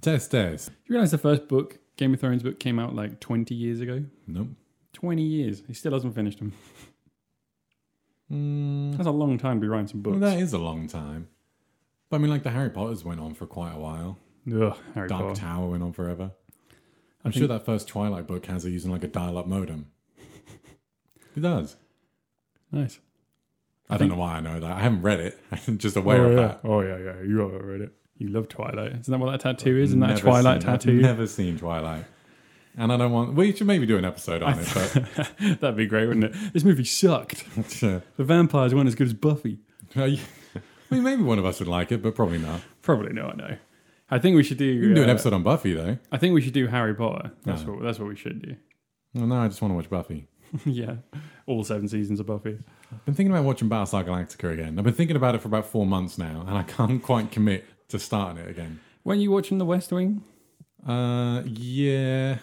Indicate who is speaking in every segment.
Speaker 1: Test test.
Speaker 2: You realize the first book, Game of Thrones book, came out like 20 years ago?
Speaker 1: Nope.
Speaker 2: 20 years. He still hasn't finished them.
Speaker 1: Mm,
Speaker 2: That's a long time to be writing some Hmm. books.
Speaker 1: well, that is a long time. But I mean, like the Harry Potters went on for quite a while.
Speaker 2: Ugh, Harry
Speaker 1: Dark
Speaker 2: Potter.
Speaker 1: Tower went on forever. I'm sure that first Twilight book has it using like a dial-up modem. It does.
Speaker 2: Nice.
Speaker 1: I, don't know why I know that. I haven't read it. I'm just aware
Speaker 2: oh,
Speaker 1: of
Speaker 2: yeah.
Speaker 1: that.
Speaker 2: Oh, yeah, yeah. You all read it. You love Twilight. Isn't that what that tattoo is? Isn't that a
Speaker 1: Never
Speaker 2: Twilight
Speaker 1: seen- I've
Speaker 2: tattoo?
Speaker 1: never seen Twilight. And I don't want. Well, you should maybe do an episode on it,
Speaker 2: That'd be great, wouldn't it? This movie sucked.
Speaker 1: but uh,
Speaker 2: The vampires weren't as good as Buffy.
Speaker 1: I mean, maybe one of us would like it, but probably not.
Speaker 2: Probably not, no. I think we should do.
Speaker 1: We can do an
Speaker 2: uh,
Speaker 1: episode on Buffy, though.
Speaker 2: I think we should do Harry Potter. That's
Speaker 1: No.
Speaker 2: what that's what we should do.
Speaker 1: Well, no, I just want to watch Buffy.
Speaker 2: yeah, all seven seasons of Buffy.
Speaker 1: I've been thinking about watching Battlestar Galactica again. I've been thinking about it for about four months now, and I can't quite commit to starting it again.
Speaker 2: Weren't you watching The West Wing?
Speaker 1: Uh, yeah.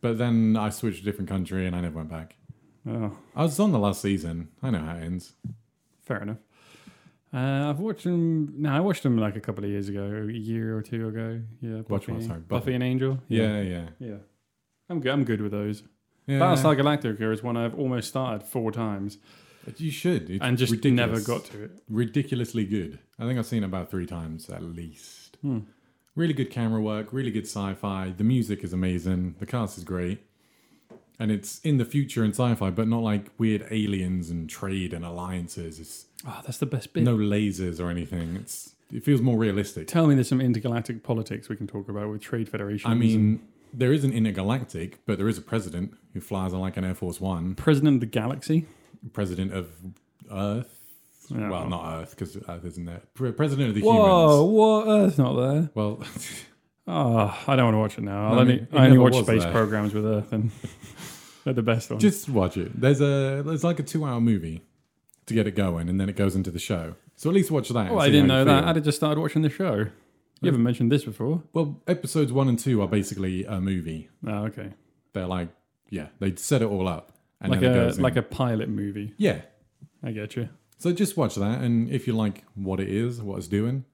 Speaker 1: But then I switched to a different country and I never went back.
Speaker 2: Oh,
Speaker 1: I was on the last season. I know how it ends.
Speaker 2: fair enough. Uh, I've watched them. No, I watched them like a couple of years ago, a year or two ago. Yeah,
Speaker 1: Watch
Speaker 2: Buffy,
Speaker 1: what? Sorry,
Speaker 2: Buffy.
Speaker 1: Buffy.
Speaker 2: and Angel.
Speaker 1: Yeah, yeah.
Speaker 2: yeah. I'm good. I'm good with those.
Speaker 1: yeah.
Speaker 2: Battlestar Galactica is one I've almost started four times
Speaker 1: You should. It's
Speaker 2: and just
Speaker 1: ridiculous.
Speaker 2: never got to it.
Speaker 1: ridiculously good. I think I've seen it about three times at least.
Speaker 2: Hmm.
Speaker 1: Really good camera work, really good sci fi. The music is amazing, the cast is great. And it's in the future in sci fi, but not like weird aliens and trade and alliances. It's
Speaker 2: Oh, that's the best bit.
Speaker 1: no lasers or anything. It's It feels more realistic.
Speaker 2: Tell me there's some intergalactic politics we can talk about with trade federations.
Speaker 1: I
Speaker 2: and
Speaker 1: mean, there isn't intergalactic, but there is a president who flies on like an Air Force One,
Speaker 2: President of the Galaxy.
Speaker 1: president of Earth.
Speaker 2: Yeah.
Speaker 1: Well, not Earth, because Earth isn't there. Pre- President of the
Speaker 2: Uh-huh. Whoa,
Speaker 1: humans.
Speaker 2: what? Earth's not there.
Speaker 1: Well,
Speaker 2: Oh, I don't want to watch it now. I'll
Speaker 1: No, I
Speaker 2: only,
Speaker 1: mean, it
Speaker 2: I only
Speaker 1: never
Speaker 2: watch
Speaker 1: was
Speaker 2: space
Speaker 1: there.
Speaker 2: programs with Earth, and they're the best ones.
Speaker 1: Just watch it. There's a there's like a two hour movie to get it going, and then it goes into the show. So at least watch that. and
Speaker 2: oh, I
Speaker 1: see
Speaker 2: didn't
Speaker 1: how
Speaker 2: know
Speaker 1: you
Speaker 2: that.
Speaker 1: feel.
Speaker 2: I'd have just started watching the show. You haven't mentioned this before.
Speaker 1: Well, episodes one and two are basically a movie.
Speaker 2: Oh, okay.
Speaker 1: They're like, yeah, they set it all up, and
Speaker 2: Like
Speaker 1: then it
Speaker 2: a
Speaker 1: goes in.
Speaker 2: like a pilot movie.
Speaker 1: yeah.
Speaker 2: I get you.
Speaker 1: So just watch that, and if you like what it is, what it's doing,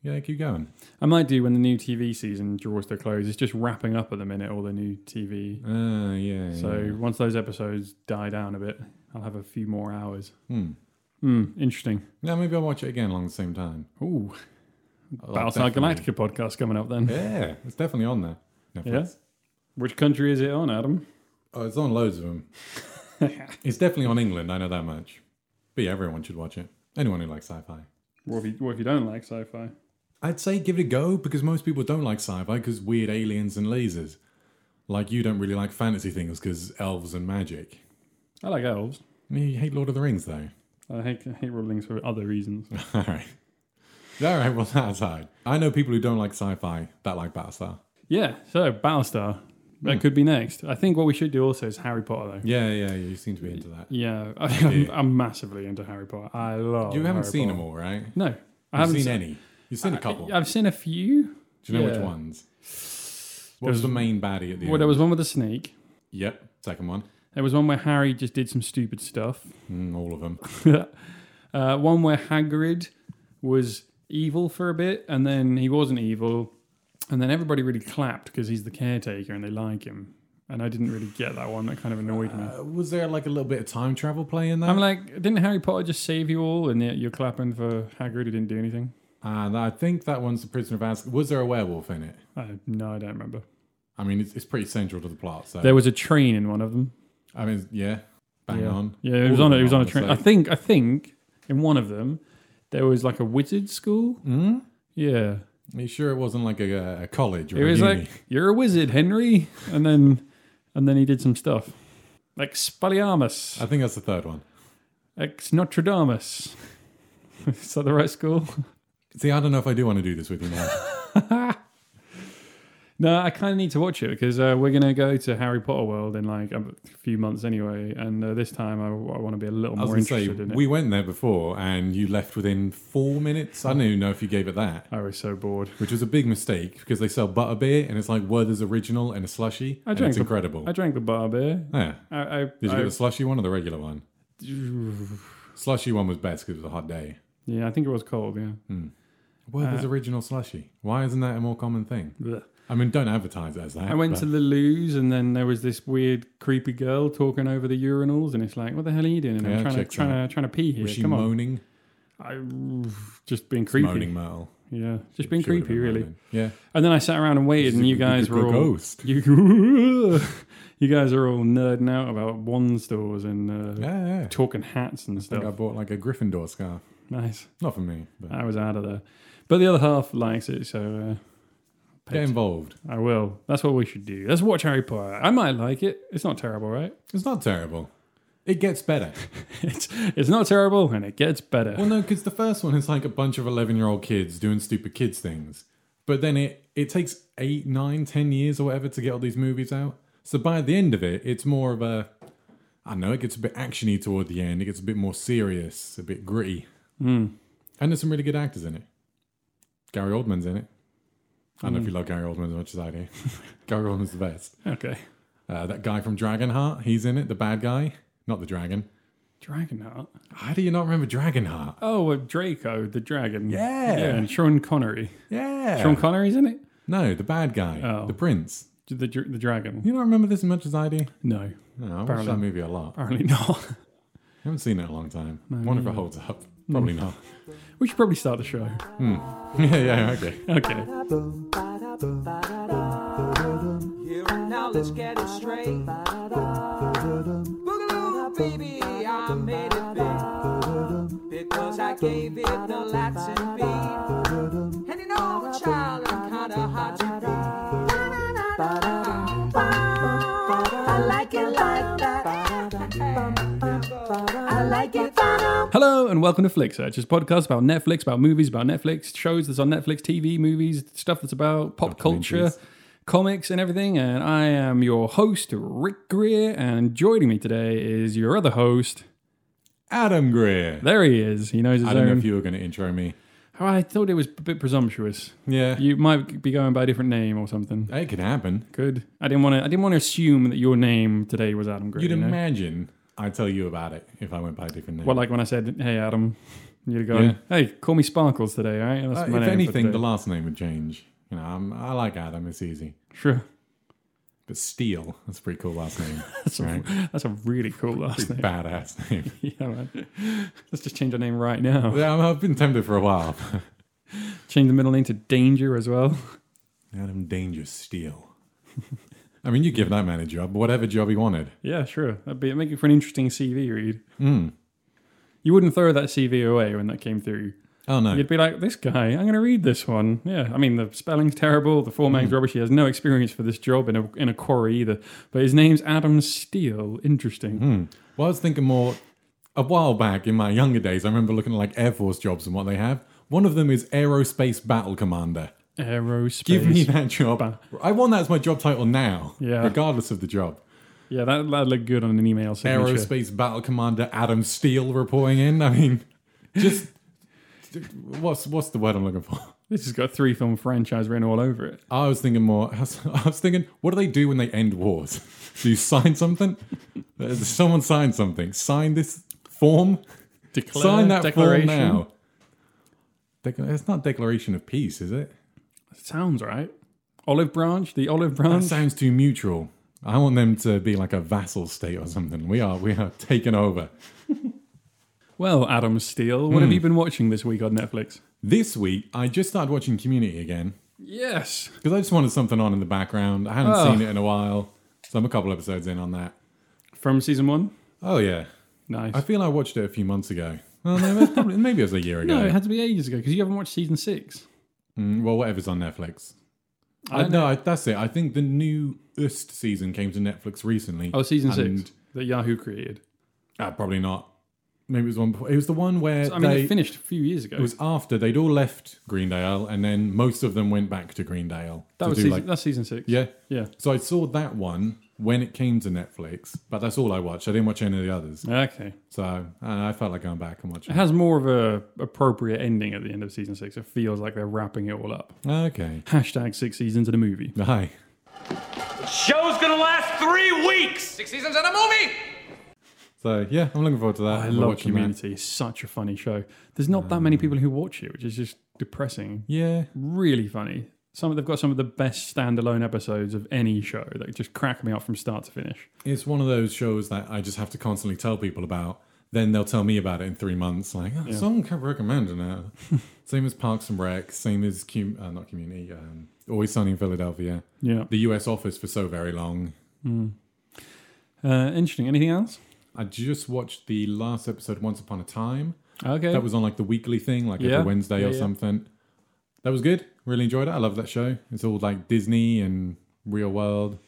Speaker 1: yeah, keep going.
Speaker 2: I might do when the new TV season draws to a close. It's just wrapping up at the minute, all the new TV.
Speaker 1: Uh, yeah. yeah.
Speaker 2: So once those episodes die down a bit, I'll have a few more hours.
Speaker 1: Hmm.
Speaker 2: Hmm, interesting.
Speaker 1: Now maybe I'll watch it again along the same time.
Speaker 2: Ooh,
Speaker 1: I'll
Speaker 2: Battlestar
Speaker 1: definitely-
Speaker 2: Galactica podcast coming up then.
Speaker 1: Yeah, it's definitely on there. Netflix.
Speaker 2: Which country is it on, Adam?
Speaker 1: Oh, it's on loads of them. it's definitely on England. I know that much. But yeah, everyone should watch it. Anyone who likes sci-fi.
Speaker 2: What if you, what if you don't like sci-fi?
Speaker 1: I'd say give it a go because most people don't like sci-fi because weird aliens and lasers. Like you don't really like fantasy things because elves and magic.
Speaker 2: I like elves.
Speaker 1: You hate Lord of the Rings though.
Speaker 2: I hate I hate rulings for other reasons.
Speaker 1: All right. All right. Well, that aside, I know people who don't like sci-fi that like Battlestar.
Speaker 2: yeah. So Battlestar, that
Speaker 1: Hmm.
Speaker 2: could be next. I think what we should do also is Harry Potter though.
Speaker 1: Yeah, yeah. You seem to be into that.
Speaker 2: Yeah, I, am I'm massively into Harry Potter. I love.
Speaker 1: You haven't
Speaker 2: Harry
Speaker 1: seen
Speaker 2: Potter.
Speaker 1: them all, right?
Speaker 2: No, I
Speaker 1: You've
Speaker 2: haven't
Speaker 1: seen any. You've seen a couple.
Speaker 2: I've seen a few.
Speaker 1: Do you know
Speaker 2: yeah.
Speaker 1: which ones? What was the main baddie at the
Speaker 2: Well,
Speaker 1: end?
Speaker 2: there was one with a snake.
Speaker 1: Yep, second one.
Speaker 2: There was one where Harry just did some stupid stuff.
Speaker 1: Mm, all of them.
Speaker 2: Uh, one where Hagrid was evil for a bit, and then he wasn't evil, and then everybody really clapped because he's the caretaker and they like him. And I didn't really get that one. That kind of annoyed me.
Speaker 1: Uh, was there like a little bit of time travel play in that?
Speaker 2: I'm like, didn't Harry Potter just save you all, and yet you're clapping for Hagrid who didn't do anything?
Speaker 1: and Uh, I think that one's the Prisoner of Azkaban. Was there a werewolf in it?
Speaker 2: I, no, I don't remember.
Speaker 1: I mean, it's, it's pretty central to the plot. So
Speaker 2: There was a train in one of them.
Speaker 1: I mean, yeah, bang
Speaker 2: yeah.
Speaker 1: on.
Speaker 2: Yeah, it was
Speaker 1: All
Speaker 2: on.
Speaker 1: of
Speaker 2: It was
Speaker 1: them
Speaker 2: on a
Speaker 1: are,
Speaker 2: train.
Speaker 1: so-
Speaker 2: I think. I think in one of them there was like a wizard school.
Speaker 1: Mm?
Speaker 2: Yeah,
Speaker 1: Are you sure it wasn't like a, a college or
Speaker 2: It
Speaker 1: a
Speaker 2: was
Speaker 1: uni?
Speaker 2: like you're a wizard, Henry, and then and then he did some stuff like
Speaker 1: I
Speaker 2: Spaliamus,
Speaker 1: think that's the third one.
Speaker 2: ex Notre Damus. Is that the right school?
Speaker 1: See, I don't know if I do want to do this with you now.
Speaker 2: No, I kind of need to watch it because uh, we're gonna go to Harry Potter World in like a few months anyway, and uh, this time I, want to be a little
Speaker 1: I was
Speaker 2: more
Speaker 1: going to say,
Speaker 2: interested in it.
Speaker 1: we went there before and you left within four minutes. I don't even know if you gave it that.
Speaker 2: I was so bored.
Speaker 1: which was a big mistake because they sell butterbeer and it's like Werther's original and a slushy.
Speaker 2: I
Speaker 1: and
Speaker 2: drank
Speaker 1: it's
Speaker 2: the-
Speaker 1: incredible.
Speaker 2: I drank the bar beer.
Speaker 1: yeah.
Speaker 2: I, I,
Speaker 1: Did you
Speaker 2: I-
Speaker 1: get the slushy one or the regular one? Slushy one was best because it was a hot day.
Speaker 2: yeah, I think it was cold. Yeah,
Speaker 1: Where there's original slushy? Why isn't that a more common thing?
Speaker 2: Blech.
Speaker 1: I mean, don't advertise it as that.
Speaker 2: I went
Speaker 1: but-
Speaker 2: to the loo's and then there was this weird, creepy girl talking over the urinals, and it's like, what the hell are you doing? And
Speaker 1: Yeah,
Speaker 2: I'm trying to,
Speaker 1: checks
Speaker 2: trying to trying to pee here.
Speaker 1: Was she
Speaker 2: Come
Speaker 1: moaning?
Speaker 2: on, I, just being creepy.
Speaker 1: Moaning Myrtle.
Speaker 2: Yeah, just being
Speaker 1: Should have
Speaker 2: creepy,
Speaker 1: been
Speaker 2: really.
Speaker 1: moaning. Yeah.
Speaker 2: And then I sat around and waited, and you guys were all
Speaker 1: Ghost.
Speaker 2: you, you guys are all nerding out about one stores and uh,
Speaker 1: Yeah, yeah.
Speaker 2: talking hats and
Speaker 1: I think I
Speaker 2: stuff.
Speaker 1: bought like a Gryffindor scarf.
Speaker 2: Nice.
Speaker 1: Not for me, but
Speaker 2: I was out of there. But the other half likes it, so uh,
Speaker 1: get
Speaker 2: picked.
Speaker 1: involved.
Speaker 2: I will. That's what we should do. Let's watch Harry Potter. I might like it. It's not terrible, right?
Speaker 1: It's not terrible. It gets better.
Speaker 2: It's it's not terrible, and it gets better.
Speaker 1: well, no, because the first one is like a bunch of 11 year old kids doing stupid kids things. But then it, it takes eight, nine, ten years or whatever to get all these movies out. So by the end of it, it's more of a. I don't know, it gets a bit actiony toward the end. It gets a bit more serious, a bit gritty. And there's some really good actors in it. Gary Oldman's in it. I don't know if you love Gary Oldman as much as I do. Gary Oldman's the best.
Speaker 2: Okay.
Speaker 1: Uh, that guy from Dragonheart, he's in it, the bad guy, not the dragon.
Speaker 2: Dragonheart.
Speaker 1: How do you not remember Dragonheart?
Speaker 2: Oh, uh, Draco the dragon.
Speaker 1: Yeah.
Speaker 2: Yeah, and Sean Connery.
Speaker 1: Yeah.
Speaker 2: Sean Connery's in it.
Speaker 1: no, the bad guy,
Speaker 2: Oh.
Speaker 1: the prince.
Speaker 2: The dr- the dragon.
Speaker 1: You don't remember this as much as I do?
Speaker 2: No,
Speaker 1: No, I watched
Speaker 2: Apparently.
Speaker 1: that movie a lot. I
Speaker 2: apparently not.
Speaker 1: haven't seen it in a long time. Wonder if it holds up. Probably not.
Speaker 2: we should probably start the show.
Speaker 1: yeah, yeah, okay.
Speaker 2: Okay.
Speaker 3: Here and now, let's get it straight. Boogaloo, baby, I made it big. Because I gave it the Latin beat. And you know, child, I'm kinda hot to be. I like it like that. I like it.
Speaker 2: Hello and welcome to Flick Search. It's a podcast about Netflix, about movies, about Netflix, shows that's on Netflix, TV, movies, stuff that's about pop culture, comics, and everything. And I am your host, Rick Greer, and joining me today is your other host.
Speaker 1: Adam Greer.
Speaker 2: There he is. He knows his
Speaker 1: I don't know
Speaker 2: own.
Speaker 1: if you were going to intro me.
Speaker 2: Oh, I thought it was a bit presumptuous.
Speaker 1: Yeah.
Speaker 2: You might be going by a different name or something.
Speaker 1: it could happen.
Speaker 2: Good. I didn't want to. I didn't want to assume that your name today was Adam Greer.
Speaker 1: You'd
Speaker 2: you know?
Speaker 1: imagine I tell you about it if I went by a different name.
Speaker 2: Well, like when I said, "Hey, Adam," you'd go,
Speaker 1: Yeah.
Speaker 2: "Hey, call me Sparkles today, all right?"
Speaker 1: Uh,
Speaker 2: That's my
Speaker 1: if
Speaker 2: name for
Speaker 1: anything,
Speaker 2: today.
Speaker 1: the last name would change. You know, I'm, I like Adam. It's easy.
Speaker 2: sure.
Speaker 1: But Steele, that's a pretty cool last name.
Speaker 2: That's a, that's a really cool last name.
Speaker 1: Badass name.
Speaker 2: Yeah, man. Let's just change our name right now.
Speaker 1: Yeah, I'm- I've been tempted for a while.
Speaker 2: Change the middle name to Danger as well.
Speaker 1: Adam Danger Steele. I mean, you give that man a job, whatever job he wanted.
Speaker 2: Yeah, sure. That'd be make it for an interesting CV read.
Speaker 1: Hmm.
Speaker 2: You wouldn't throw that CV away when that came through.
Speaker 1: Oh no,
Speaker 2: You'd be like, this guy, I'm going to read this one. Yeah, I mean, the spelling's terrible, the
Speaker 1: Hmm.
Speaker 2: formatting's rubbish. He has no experience for this job in a, in a quarry either. But his name's Adam Steele. Interesting.
Speaker 1: Well, I was thinking more a while back in my younger days. I remember looking at like Air Force jobs and what they have. One of them is Aerospace Battle Commander.
Speaker 2: Aerospace.
Speaker 1: Hmm. Give me that job. I want that as my job title now,
Speaker 2: Yeah.
Speaker 1: regardless of the job.
Speaker 2: Yeah, that, that'd look good on an email signature.
Speaker 1: Aerospace Battle Commander Adam Steele reporting in. I mean, just what's what's the word I'm looking for?
Speaker 2: This has got a three film franchise written all over it.
Speaker 1: I was thinking more. I was, I was thinking, what do they do when they end wars? Do you sign something? Uh, Someone sign something. Sign this form.
Speaker 2: Declare,
Speaker 1: sign that form
Speaker 2: declaration.
Speaker 1: now. Dec- it's not declaration of peace, is it?
Speaker 2: Sounds right. Olive branch, the olive
Speaker 1: That
Speaker 2: branch.
Speaker 1: sounds too mutual. I want them to be like a vassal state or something. We are we are taken over.
Speaker 2: well, Adam Steele, what have you been watching this week on Netflix?
Speaker 1: This week, I just started watching Community again
Speaker 2: Yes.
Speaker 1: because I just wanted something on in the background. I hadn't
Speaker 2: Oh.
Speaker 1: seen it in a while, so I'm a couple episodes in on that.
Speaker 2: From season one?
Speaker 1: Oh yeah,
Speaker 2: Nice.
Speaker 1: I feel I watched it a few months ago. Well, no, it was probably, maybe it was a year ago.
Speaker 2: no, it had to be ages ago because you haven't watched season six.
Speaker 1: Mm, well, whatever's on Netflix. I,
Speaker 2: don't
Speaker 1: no, I, that's it. I think the newest season came to Netflix recently.
Speaker 2: Oh, season
Speaker 1: and-
Speaker 2: six that Yahoo created.
Speaker 1: Uh, probably not. Maybe it was one. before- It was the one where
Speaker 2: I mean,
Speaker 1: they.
Speaker 2: it finished a few years ago.
Speaker 1: it was after they'd all left Greendale, and then most of them went back to Greendale
Speaker 2: that
Speaker 1: to
Speaker 2: was
Speaker 1: do
Speaker 2: season,
Speaker 1: like
Speaker 2: that's season six.
Speaker 1: yeah.
Speaker 2: Yeah.
Speaker 1: So I saw that one when it came to Netflix, but that's all I watched. I didn't watch any of the others,
Speaker 2: Okay.
Speaker 1: so I, I felt like going back and watching.
Speaker 2: It has more of a appropriate ending at the end of season six. It feels like they're wrapping it all up.
Speaker 1: Okay,
Speaker 2: Hashtag six seasons in a movie.
Speaker 1: hi.
Speaker 4: Show's gonna last three weeks!
Speaker 3: Six seasons and a movie!
Speaker 1: So yeah, I'm looking forward to that.
Speaker 2: I
Speaker 1: We're
Speaker 2: love
Speaker 1: watching that.
Speaker 2: Community. It's such a funny show. There's not that many people who watch it, which is just depressing.
Speaker 1: Yeah,
Speaker 2: Really funny. Some of, they've got some of the best standalone episodes of any show that just crack me up from start to finish.
Speaker 1: it's one of those shows that I just have to constantly tell people about. Then they'll tell me about it in three months. Like oh, someone kept recommending it. same as Parks and Rec. Same as cum- uh, not Community. Um, Always Sunny in Philadelphia.
Speaker 2: Yeah.
Speaker 1: The U.S. Office for so very long.
Speaker 2: Uh, interesting. Anything else?
Speaker 1: I just watched the last episode of Once Upon a Time.
Speaker 2: Okay.
Speaker 1: That was on like the weekly thing, like
Speaker 2: Yeah.
Speaker 1: every Wednesday
Speaker 2: Yeah,
Speaker 1: or
Speaker 2: yeah.
Speaker 1: something. That was good. Really enjoyed it. I love that show. It's all like Disney and real world.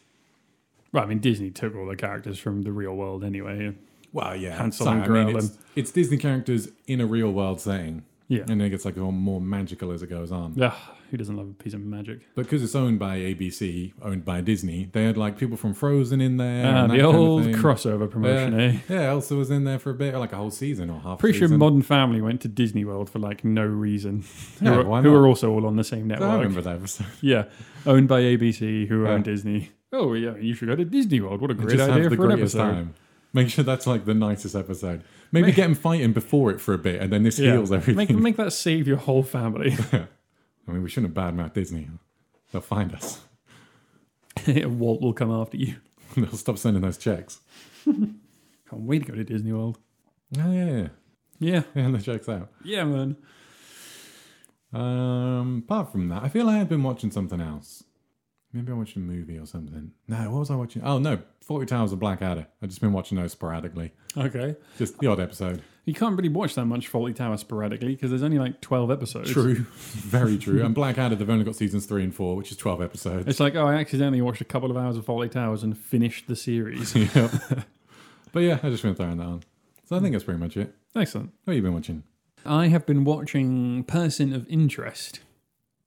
Speaker 2: well, I mean, Disney took all the characters from the real world anyway.
Speaker 1: Well, yeah,
Speaker 2: Hansel
Speaker 1: so,
Speaker 2: and
Speaker 1: I
Speaker 2: Gretel
Speaker 1: mean, it's,
Speaker 2: and-
Speaker 1: it's Disney characters in a real world setting.
Speaker 2: Yeah.
Speaker 1: and it gets like all more magical as it goes on.
Speaker 2: Ugh, who doesn't love a piece of magic?
Speaker 1: But because it's owned by ABC, owned by Disney, they had like people from Frozen in there.
Speaker 2: Uh,
Speaker 1: and that
Speaker 2: the
Speaker 1: kind of
Speaker 2: old
Speaker 1: thing.
Speaker 2: crossover promotion, eh?
Speaker 1: Yeah, yeah, Elsa was in there for a bit, like a whole season or half.
Speaker 2: Pretty sure
Speaker 1: season.
Speaker 2: Modern Family went to Disney World for like no reason.
Speaker 1: Yeah,
Speaker 2: who,
Speaker 1: why
Speaker 2: are, who
Speaker 1: not?
Speaker 2: are also all on the same
Speaker 1: I
Speaker 2: network.
Speaker 1: remember that episode.
Speaker 2: Yeah, owned by ABC, who
Speaker 1: Yeah.
Speaker 2: own Disney. Oh yeah, you should go to Disney World. What a great
Speaker 1: just
Speaker 2: idea
Speaker 1: have the
Speaker 2: for an
Speaker 1: greatest
Speaker 2: episode.
Speaker 1: time. Make sure that's like the nicest episode. Maybe get them fighting before it for a bit, and then this
Speaker 2: Yeah,
Speaker 1: heals everything.
Speaker 2: make make that save your whole family.
Speaker 1: I mean, we shouldn't have badmouth Disney. They'll find us.
Speaker 2: Walt will come after you.
Speaker 1: They'll stop sending those checks.
Speaker 2: Can't wait to go to Disney World.
Speaker 1: Oh, yeah, yeah,
Speaker 2: Yeah,
Speaker 1: yeah, and the checks out.
Speaker 2: yeah, man.
Speaker 1: Um, apart from that, I feel I have been watching something else. Maybe I watched a movie or something. No, what was I watching? Oh no, Forty Towers of Blackadder. I've just been watching those sporadically,
Speaker 2: Okay,
Speaker 1: just the odd episode.
Speaker 2: you can't really watch that much Faulty Tower sporadically because there's only like twelve episodes.
Speaker 1: True, very true. And Blackadder, they've only got seasons three and four, which is twelve episodes.
Speaker 2: It's like, oh, I accidentally watched a couple of hours of Faulty Towers and finished the series.
Speaker 1: yep. but yeah, I just been throwing that on. So I think that's pretty much it.
Speaker 2: Excellent.
Speaker 1: What have you been watching?
Speaker 2: I have been watching Person of Interest.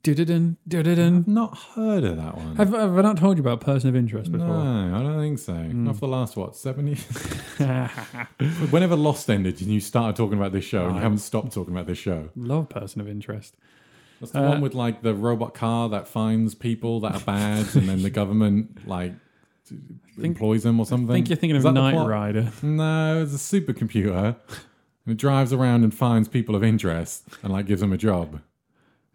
Speaker 2: Dun-dun-dun, dun-dun-dun.
Speaker 1: Not heard of that one.
Speaker 2: Have, have I not told you about Person of Interest before?
Speaker 1: no, I don't think so. Not for the last what seven years. Whenever Lost ended, and you started talking about this show, and you haven't stopped talking about this show.
Speaker 2: Love Person of Interest.
Speaker 1: That's the
Speaker 2: Uh,
Speaker 1: one with like the robot car that finds people that are bad, and then the government like employs them or something.
Speaker 2: I think you're thinking
Speaker 1: Is
Speaker 2: of
Speaker 1: that the
Speaker 2: Knight
Speaker 1: plot?
Speaker 2: Rider.
Speaker 1: No, it's a supercomputer, and it drives around and finds people of interest and like gives them a job.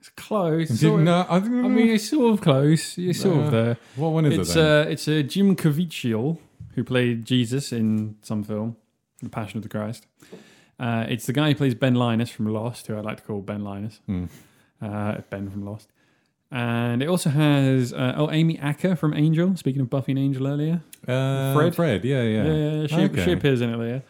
Speaker 2: It's close. sort of.
Speaker 1: No, I,
Speaker 2: I mean, it's sort of close. You're sort
Speaker 1: Uh,
Speaker 2: of there.
Speaker 1: what one is it?
Speaker 2: It's
Speaker 1: then?
Speaker 2: uh, it's uh, Jim Caviezel who played Jesus in some film, The Passion of the Christ. Uh, it's the guy who plays Ben Linus from Lost, who I like to call Ben Linus.
Speaker 1: Hmm.
Speaker 2: Uh, ben from Lost. And it also has uh, oh Amy Acker from Angel. Speaking of Buffy and Angel earlier,
Speaker 1: Uh,
Speaker 2: Fred?
Speaker 1: Fred, yeah, yeah.
Speaker 2: Yeah, she,
Speaker 1: Okay.
Speaker 2: she appears in it later.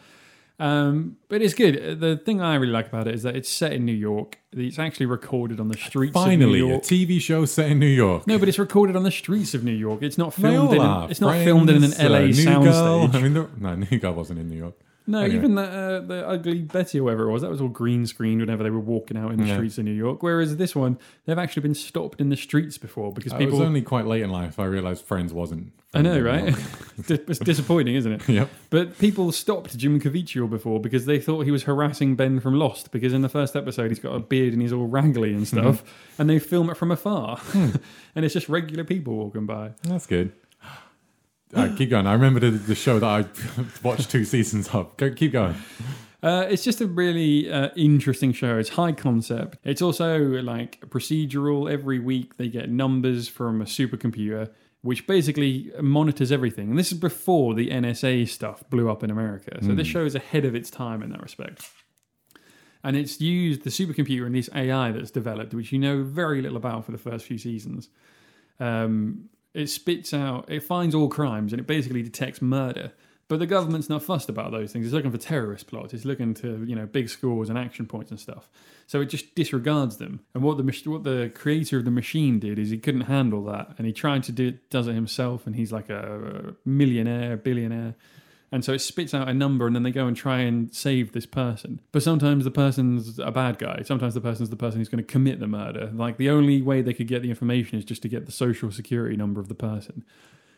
Speaker 2: Um, but it's good. The thing I really like about it is that it's set in New York. It's actually recorded on the streets
Speaker 1: Finally,
Speaker 2: of New
Speaker 1: a
Speaker 2: York.
Speaker 1: TV show set in New York.
Speaker 2: no, but it's recorded on the streets of New York. It's not
Speaker 1: They
Speaker 2: filmed.
Speaker 1: all
Speaker 2: In an,
Speaker 1: are.
Speaker 2: it's not
Speaker 1: Friends,
Speaker 2: filmed in an
Speaker 1: uh,
Speaker 2: LA
Speaker 1: New Girl.
Speaker 2: soundstage.
Speaker 1: I mean, the, no, New Girl wasn't in New York.
Speaker 2: no,
Speaker 1: anyway.
Speaker 2: even the, uh, the ugly Betty or whatever it was, that was all green screened whenever they were walking out in the
Speaker 1: Yeah.
Speaker 2: streets of New York. Whereas this one, they've actually been stopped in the streets before because
Speaker 1: It was
Speaker 2: people.
Speaker 1: Oh, only quite late in life I realized Friends wasn't.
Speaker 2: I know,
Speaker 1: filmed in New
Speaker 2: right?
Speaker 1: York.
Speaker 2: it's disappointing, isn't it?
Speaker 1: yep.
Speaker 2: But people stopped Jim Caviezel before because they thought he was harassing Ben from Lost. Because in the first episode, he's got a beard and he's all raggly and
Speaker 1: Mm-hmm.
Speaker 2: stuff, and they film it from afar,
Speaker 1: Hmm.
Speaker 2: and it's just regular people walking by.
Speaker 1: That's good. Uh, keep going. I remember the, the show that I watched two seasons of. Go, keep going.
Speaker 2: Uh, it's just a really uh, interesting show. It's high concept. It's also like procedural. Every week they get numbers from a supercomputer, which basically monitors everything. And this is before the NSA stuff blew up in America. So this show is ahead of its time in that respect. And it's used the supercomputer and this AI that's developed, which you know very little about for the first few seasons. Um, it spits out, it finds all crimes and it basically detects murder. But the government's not fussed about those things. It's looking for terrorist plots. It's looking to you know big scores and action points and stuff. So it just disregards them. And what the mach- what the creator of the machine did is he couldn't handle that, and he tried to do it, does it himself. And he's like a millionaire, billionaire, and so it spits out a number, and then they go and try and save this person. But sometimes the person's a bad guy. Sometimes the person's the person who's going to commit the murder. Like the only way they could get the information is just to get the social security number of the person.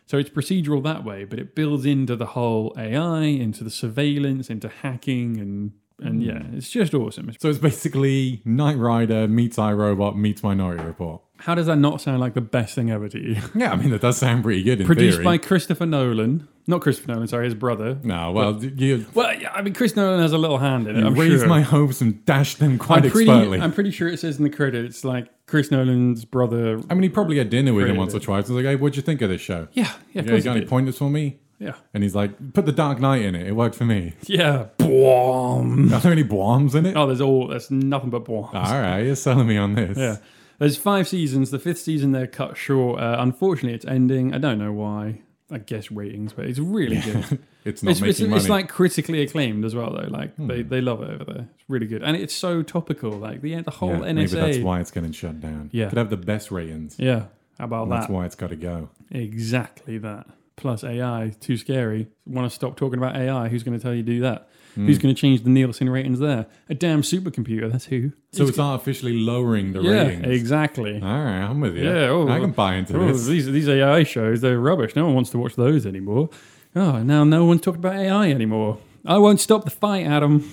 Speaker 2: So it's procedural that way, but it builds into the whole AI, into the surveillance, into hacking, and
Speaker 1: Hmm.
Speaker 2: and yeah, it's just awesome. It's-
Speaker 1: So it's basically Knight Rider meets iRobot meets Minority Report.
Speaker 2: How does that not sound like the best thing ever to you?
Speaker 1: Yeah, I mean that does sound pretty good in
Speaker 2: Produced
Speaker 1: theory.
Speaker 2: by Christopher Nolan. Not Christopher Nolan, sorry, his brother.
Speaker 1: no, well, d- you
Speaker 2: Well, yeah, I mean, Chris Nolan has a little hand in it. I'm
Speaker 1: raised
Speaker 2: sure.
Speaker 1: my hopes and dashed them quite
Speaker 2: I'm pretty,
Speaker 1: expertly.
Speaker 2: I'm pretty sure it says in the credits, like, Chris Nolan's brother.
Speaker 1: I mean, he probably had dinner with him
Speaker 2: Created
Speaker 1: once or
Speaker 2: it.
Speaker 1: twice. I was like, "Hey, what'd you think of this show?"
Speaker 2: Yeah, yeah, of
Speaker 1: yeah. You
Speaker 2: course
Speaker 1: got
Speaker 2: he
Speaker 1: any
Speaker 2: did.
Speaker 1: pointers for me?
Speaker 2: Yeah.
Speaker 1: And he's like, "Put the Dark Knight in it. It worked for me."
Speaker 2: Yeah. Boom.
Speaker 1: Are there any bombs in it?
Speaker 2: Oh, there's all, that's nothing but boom.
Speaker 1: All right, you're selling me on this.
Speaker 2: Yeah. There's five seasons. The fifth season they're cut short. Uh, unfortunately, it's ending. I don't know why. I guess ratings, but it's really good.
Speaker 1: It's not
Speaker 2: it's,
Speaker 1: making
Speaker 2: it's,
Speaker 1: money. Hmm.
Speaker 2: it's like critically acclaimed as well, though. Like they, they love it over there. It's really good, and it's so topical. Like the the whole
Speaker 1: yeah,
Speaker 2: NSA.
Speaker 1: maybe that's why it's getting shut down.
Speaker 2: Yeah.
Speaker 1: Could have the best ratings.
Speaker 2: Yeah. How about
Speaker 1: That's
Speaker 2: that?
Speaker 1: why it's got to go.
Speaker 2: Exactly that. Plus AI, too scary. Want to stop talking about AI? Who's going to tell you to do that?
Speaker 1: Hmm.
Speaker 2: Who's going to change the Nielsen ratings there? A damn supercomputer. That's who.
Speaker 1: So it's, artificially lowering the
Speaker 2: yeah,
Speaker 1: ratings.
Speaker 2: exactly.
Speaker 1: All right, I'm with you.
Speaker 2: Yeah, oh,
Speaker 1: I can buy into
Speaker 2: Oh,
Speaker 1: this.
Speaker 2: these these AI shows, they're rubbish. No one wants to watch those anymore. Oh, now no one's talking about AI anymore. I won't stop the fight, Adam.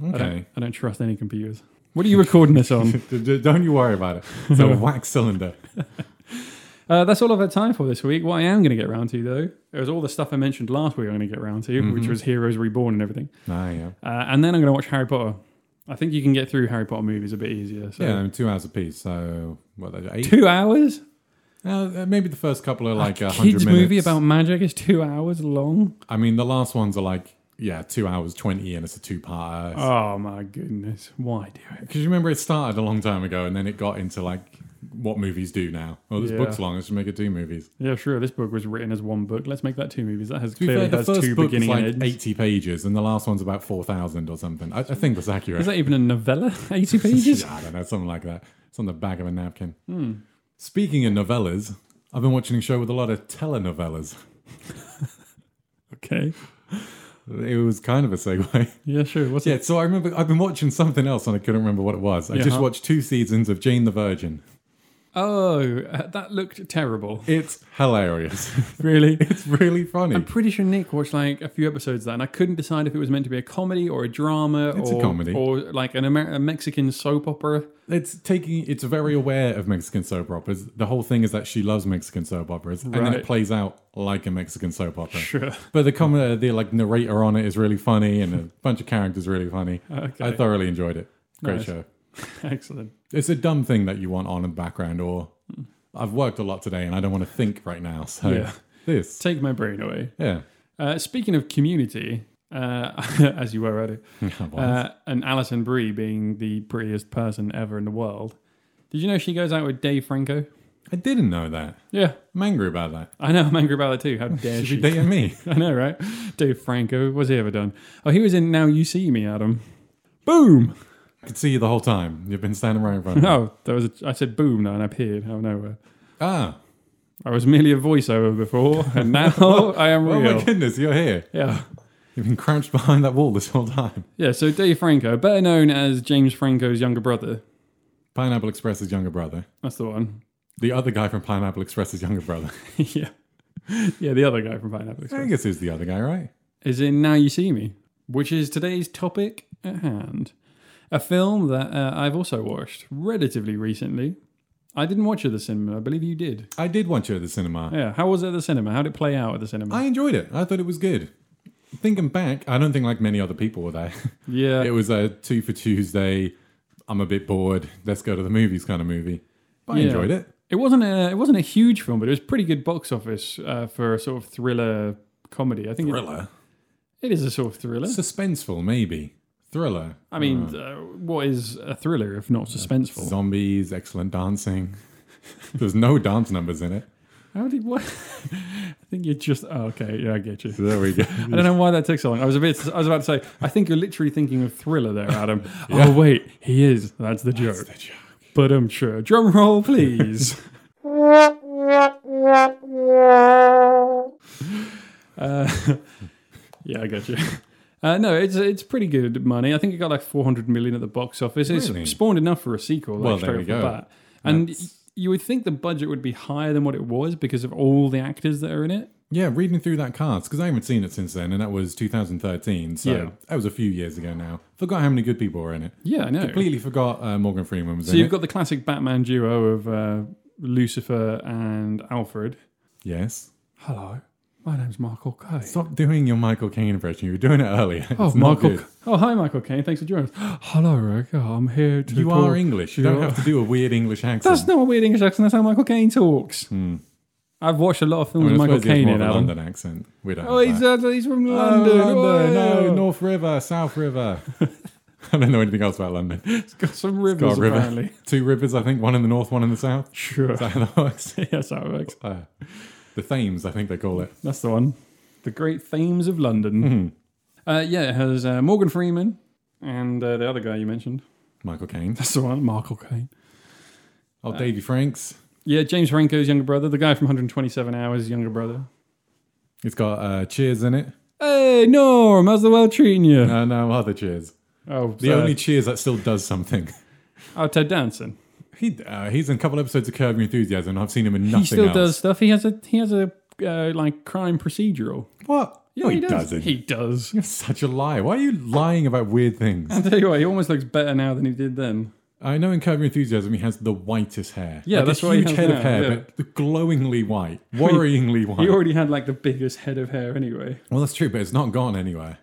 Speaker 2: I don't,
Speaker 1: Okay.
Speaker 2: I don't trust any computers. What are you recording this on?
Speaker 1: D- d- Don't you worry about it. It's a wax cylinder.
Speaker 2: uh, that's all I've had time for this week. What I am going to get round to, though, it was all the stuff I mentioned last week I'm going to get round to, which
Speaker 1: Mm-hmm.
Speaker 2: was Heroes Reborn and everything.
Speaker 1: Ah, yeah.
Speaker 2: Uh, and then I'm going to watch Harry Potter. I think you can get through Harry Potter movies a bit easier. So.
Speaker 1: Yeah, I mean, two hours a piece. So, what, eight?
Speaker 2: Two hours?
Speaker 1: Uh, maybe the first couple are like a
Speaker 2: Kids
Speaker 1: 100 minutes.
Speaker 2: movie about magic is two hours long.
Speaker 1: I mean, the last ones are like, yeah, two hours 20 and it's a two parter.
Speaker 2: Oh my goodness! Why do it?
Speaker 1: Because you remember it started a long time ago and then it got into like what movies do now. Oh, this
Speaker 2: Yeah.
Speaker 1: book's long. Let's just make it two movies.
Speaker 2: Yeah, sure. This book was written as one book. Let's make that two movies. That has
Speaker 1: To be fair,
Speaker 2: clearly
Speaker 1: the
Speaker 2: has two
Speaker 1: first book is
Speaker 2: beginning
Speaker 1: like
Speaker 2: and ends.
Speaker 1: 80 pages and the last one's about 4,000 or something. I, I think that's accurate.
Speaker 2: Is that even a novella? Eighty pages.
Speaker 1: Yeah, I don't know, something like that. It's on the back of a napkin. Speaking of novellas, I've been watching a show with a lot of telenovelas.
Speaker 2: okay.
Speaker 1: It was kind of a segue.
Speaker 2: Yeah, sure. What's
Speaker 1: Yeah, so I remember I've been watching something else and I couldn't remember what it was. I
Speaker 2: Yeah.
Speaker 1: just watched two seasons of Jane the Virgin.
Speaker 2: it? Oh, uh, that looked terrible.
Speaker 1: It's hilarious.
Speaker 2: Really.
Speaker 1: it's really
Speaker 2: I'm
Speaker 1: funny.
Speaker 2: pretty sure Nick watched like a few episodes of that, and I couldn't decide if it was meant to be a comedy or a drama
Speaker 1: It's a
Speaker 2: or
Speaker 1: comedy.
Speaker 2: or like an Amer- a Mexican soap opera.
Speaker 1: It's taking it's very aware of Mexican soap operas. The whole thing is that she loves Mexican soap operas and then
Speaker 2: Right.
Speaker 1: it plays out like a Mexican soap opera.
Speaker 2: Sure.
Speaker 1: But the comment, the like narrator on it is really funny, and a bunch of characters really funny.
Speaker 2: Okay.
Speaker 1: I thoroughly enjoyed it. Great
Speaker 2: Nice.
Speaker 1: show.
Speaker 2: Excellent.
Speaker 1: It's a dumb thing that you want on in the background, or I've worked a lot today and I don't want to think right now. So
Speaker 2: Hmm. Yeah.
Speaker 1: this,
Speaker 2: Take my brain away.
Speaker 1: yeah,
Speaker 2: Uh, speaking of community, uh, as you were at it, uh, and Alison Brie being the prettiest person ever in the world. Did you know she goes out with Dave Franco?
Speaker 1: I didn't know that.
Speaker 2: Yeah,
Speaker 1: I'm angry about that.
Speaker 2: I know. I'm angry about that too. How dare
Speaker 1: Should be
Speaker 2: she?
Speaker 1: dating me.
Speaker 2: I know, right? Dave Franco. What's he ever done? Oh, he was in Now You See Me, Adam. Boom!
Speaker 1: I could see you the whole time. You've been standing right in front. of me.
Speaker 2: Oh, that was. A, I said boom though, and I appeared out of nowhere.
Speaker 1: Ah,
Speaker 2: I was merely a voiceover before, and now I am
Speaker 1: oh
Speaker 2: real.
Speaker 1: my goodness, you're here.
Speaker 2: yeah.
Speaker 1: You've been crouched behind that wall this whole time.
Speaker 2: Yeah, so Dave Franco, better known as James Franco's younger brother.
Speaker 1: Pineapple Express's younger brother,
Speaker 2: That's the one.
Speaker 1: the other guy from Pineapple Express's younger brother.
Speaker 2: yeah. Yeah, the other guy from Pineapple Express.
Speaker 1: I guess who's the other guy, right?
Speaker 2: is in Now You See Me, which is today's topic at hand. A film that uh, I've also watched relatively recently. I didn't watch it at the cinema. I believe you did.
Speaker 1: I did watch it at the cinema.
Speaker 2: Yeah. How was it at the cinema? How did it play out at the cinema?
Speaker 1: I enjoyed it. I thought it was good. Thinking back, I don't think like many other people were there.
Speaker 2: yeah.
Speaker 1: it was a two for Tuesday. I'm a bit bored. Let's go to the movies kind of movie. But I
Speaker 2: Yeah.
Speaker 1: enjoyed it.
Speaker 2: It wasn't a it wasn't a huge film, but it was pretty good box office uh, for a sort of thriller comedy. I think it- it is a sort of thriller.
Speaker 1: Suspenseful, maybe. Thriller.
Speaker 2: I mean, uh, what is a thriller if not suspenseful?
Speaker 1: Zombies, excellent dancing. There's no dance numbers in it.
Speaker 2: How did what? I think you're just oh, okay. Yeah, I get you.
Speaker 1: There we go.
Speaker 2: I don't know why that took so long. I was a bit. I was about to say. I think you're literally thinking of Thriller there, Adam. Oh wait, he is. That's the joke. But I'm sure. Drum roll, please. uh, yeah, I got you. Uh, no, it's it's pretty good money. I think it got like 400 million at the box office. It's
Speaker 1: Really?
Speaker 2: spawned enough for a sequel. Like,
Speaker 1: Well, there
Speaker 2: straight
Speaker 1: we
Speaker 2: off
Speaker 1: go.
Speaker 2: the bat. And y-
Speaker 1: That's-
Speaker 2: you would think the budget would be higher than what it was because of all the actors that are in it.
Speaker 1: Yeah, reading through that cards because I haven't seen it since then, and that was 2013. So
Speaker 2: Yeah.
Speaker 1: that was a few years ago now. Forgot how many good people were in it.
Speaker 2: Yeah, I know.
Speaker 1: Completely forgot uh, Morgan Freeman was
Speaker 2: So
Speaker 1: in
Speaker 2: you've
Speaker 1: it.
Speaker 2: got the classic Batman duo of uh, Lucifer and Alfred.
Speaker 1: Yes.
Speaker 2: Hello, my name's Michael Caine.
Speaker 1: Stop doing your Michael Caine impression. You were doing it earlier.
Speaker 2: oh,
Speaker 1: It's not
Speaker 2: Michael.
Speaker 1: good.
Speaker 2: Ca- Oh, hi, Michael Caine. Thanks for joining us. Hello, Rick. Oh, I'm here to.
Speaker 1: You
Speaker 2: talk
Speaker 1: are English. You
Speaker 2: to
Speaker 1: don't
Speaker 2: your-
Speaker 1: have to do a weird English accent.
Speaker 2: That's not a weird English accent. That's how Michael Caine talks. I've watched a lot of
Speaker 1: I
Speaker 2: films
Speaker 1: mean, I
Speaker 2: with Michael
Speaker 1: suppose he has
Speaker 2: Caine
Speaker 1: more
Speaker 2: in
Speaker 1: of a
Speaker 2: Alan.
Speaker 1: London accent. We don't.
Speaker 2: Oh,
Speaker 1: have
Speaker 2: he's,
Speaker 1: that.
Speaker 2: uh, he's from
Speaker 1: Oh,
Speaker 2: London.
Speaker 1: London.
Speaker 2: Oh.
Speaker 1: No, North River, South River. I don't know anything else about London. It's
Speaker 2: Got some
Speaker 1: got
Speaker 2: rivers,
Speaker 1: a river.
Speaker 2: apparently.
Speaker 1: Two rivers, I think. One in the north, one in the south.
Speaker 2: Sure.
Speaker 1: Is that how that works?
Speaker 2: yes, that works.
Speaker 1: Uh, the Thames, I think they call it.
Speaker 2: That's the one. The Great Thames of London. Uh, yeah, it has uh, Morgan Freeman and uh, the other guy you mentioned.
Speaker 1: Michael Caine.
Speaker 2: That's the one, Michael Caine.
Speaker 1: Oh, Davy Franks.
Speaker 2: Yeah, James Franco's younger brother, the guy from 127 Hours, younger brother.
Speaker 1: It's got uh, Cheers in it.
Speaker 2: Hey, Norm, how's the world treating you?
Speaker 1: No, no other Cheers.
Speaker 2: Oh,
Speaker 1: The only Cheers that still does something.
Speaker 2: oh, Ted Danson.
Speaker 1: He uh, he's in a couple episodes of Curb Your Enthusiasm. I've seen him in nothing
Speaker 2: He still
Speaker 1: else.
Speaker 2: does stuff. He has a he has a uh, like crime procedural.
Speaker 1: What?
Speaker 2: Yeah,
Speaker 1: no, he,
Speaker 2: he, does.
Speaker 1: doesn't.
Speaker 2: He does.
Speaker 1: You're such a liar. Why are you lying about weird things?
Speaker 2: I tell you what, he almost looks better now than he did then.
Speaker 1: I know in Curb Your Enthusiasm he has the whitest hair.
Speaker 2: Yeah,
Speaker 1: Like
Speaker 2: that's
Speaker 1: a
Speaker 2: what he
Speaker 1: huge
Speaker 2: has
Speaker 1: head
Speaker 2: now,
Speaker 1: of hair,
Speaker 2: yeah.
Speaker 1: but glowingly white, worryingly
Speaker 2: He
Speaker 1: white.
Speaker 2: already had like the biggest head of hair anyway.
Speaker 1: well, that's true, but it's not gone anywhere.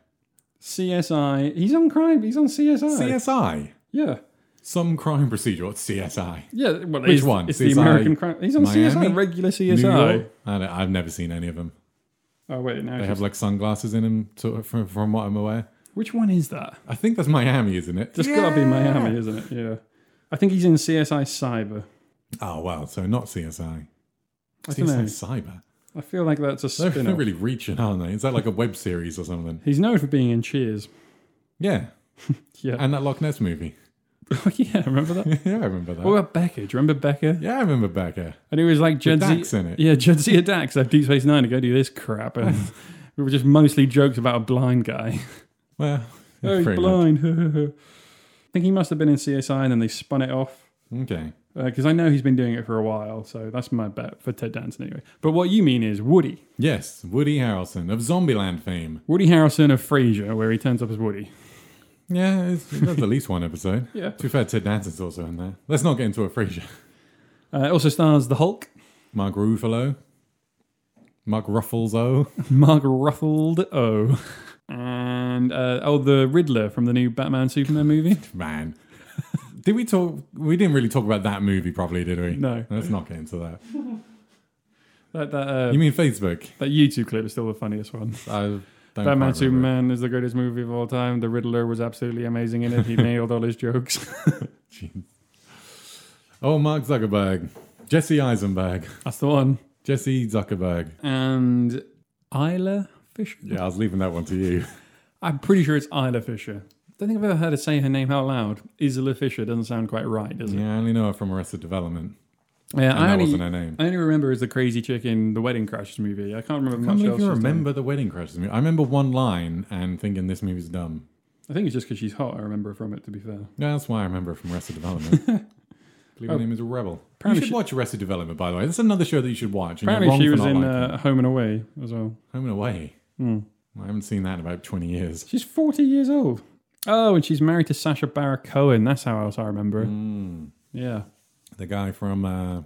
Speaker 2: CSI. He's on crime. He's on CSI.
Speaker 1: CSI,
Speaker 2: yeah.
Speaker 1: some crime procedure. What's CSI?
Speaker 2: Yeah, well,
Speaker 1: Which
Speaker 2: it's,
Speaker 1: one?
Speaker 2: It's the
Speaker 1: CSI
Speaker 2: American crime. He's on
Speaker 1: Miami?
Speaker 2: CSI, regular
Speaker 1: New
Speaker 2: CSI.
Speaker 1: York? I don't, I've never seen any of them.
Speaker 2: Oh wait, now
Speaker 1: They
Speaker 2: it's
Speaker 1: have
Speaker 2: just,
Speaker 1: like sunglasses in them, sort of, from, from what I'm aware.
Speaker 2: which one is that?
Speaker 1: I think that's Miami, isn't it?
Speaker 2: That's got to be Miami, isn't it? Yeah, I think he's in CSI Cyber.
Speaker 1: Oh wow, so not CSI.
Speaker 2: I
Speaker 1: CSI
Speaker 2: don't know.
Speaker 1: Cyber.
Speaker 2: I feel like that's a
Speaker 1: They're, they're
Speaker 2: spin-off.
Speaker 1: really reaching, aren't they? Is that like a web series or something?
Speaker 2: He's known for being in Cheers.
Speaker 1: Yeah,
Speaker 2: Yeah,
Speaker 1: and that Loch Ness movie.
Speaker 2: oh, yeah, remember that?
Speaker 1: yeah, I remember that.
Speaker 2: what about Becca? Do you remember Becca?
Speaker 1: yeah, I remember Becca.
Speaker 2: And it was like Jed
Speaker 1: Dax
Speaker 2: Z-
Speaker 1: in it.
Speaker 2: Yeah, Jed Zia Dax of Deep Space Nine to go do this crap, and we were just mostly jokes about a blind guy.
Speaker 1: Well,
Speaker 2: oh, he's
Speaker 1: pretty
Speaker 2: blind. I think he must have been in CSI, and then they spun it off.
Speaker 1: much. Okay.
Speaker 2: because I know he's been doing it for a while, so that's my bet for Ted Danson anyway. But what you mean is Woody,
Speaker 1: Yes, Woody Harrelson of Zombieland fame.
Speaker 2: Woody Harrelson of Frasier, where he turns up as Woody.
Speaker 1: Yeah, it's, that's at least one episode.
Speaker 2: Yeah.
Speaker 1: To be fair, Ted Danson's also in there. Let's not get into a Frasier.
Speaker 2: Uh, it also stars the Hulk,
Speaker 1: Mark Ruffalo. Mark Ruffles O.
Speaker 2: Mark Ruffled O, and uh, oh, the Riddler from the new Batman Superman movie.
Speaker 1: Man. did we talk? We didn't really talk about that movie properly, did we?
Speaker 2: No.
Speaker 1: Let's not get into that.
Speaker 2: That that uh,
Speaker 1: You mean Facebook?
Speaker 2: that YouTube clip is still the funniest one.
Speaker 1: I don't quite
Speaker 2: Batman
Speaker 1: remember.
Speaker 2: Superman is the greatest movie of all time. The Riddler was absolutely amazing in it. He nailed all his jokes.
Speaker 1: Jeez. Oh, Mark Zuckerberg. Jesse Eisenberg.
Speaker 2: that's the one.
Speaker 1: Jesse Zuckerberg.
Speaker 2: And Isla Fisher.
Speaker 1: Yeah, I was leaving that one to you.
Speaker 2: I'm pretty sure it's Isla Fisher. Don't think I've ever heard her say her name out loud. Isla Fisher doesn't sound quite right, does it?
Speaker 1: Yeah, I only know her from Arrested Development.
Speaker 2: Yeah,
Speaker 1: And
Speaker 2: I,
Speaker 1: that
Speaker 2: only,
Speaker 1: wasn't her name.
Speaker 2: I only remember her as the crazy chick in the Wedding Crashers movie. I can't
Speaker 1: I
Speaker 2: remember
Speaker 1: can't
Speaker 2: much
Speaker 1: believe
Speaker 2: else.
Speaker 1: you
Speaker 2: she's done.
Speaker 1: remember the Wedding Crashers movie. I remember one line and thinking this movie's dumb.
Speaker 2: I think it's just because she's hot. I remember her from it. To be fair,
Speaker 1: Yeah, that's why I remember it from Arrested Development. I believe her name is Rebel. You
Speaker 2: Oh. Apparently
Speaker 1: should
Speaker 2: she-
Speaker 1: watch Arrested Development, by the way. That's another show that you should watch. and you're
Speaker 2: apparently
Speaker 1: wrong
Speaker 2: she
Speaker 1: for
Speaker 2: was
Speaker 1: not
Speaker 2: in
Speaker 1: liking it.
Speaker 2: uh, Home and Away as well.
Speaker 1: Home and Away. I haven't seen that in about 20 years.
Speaker 2: She's 40 years old. Oh, and she's married to Sasha Baron Cohen. That's how else I remember. her.
Speaker 1: Hmm.
Speaker 2: Yeah,
Speaker 1: The guy from uh, Les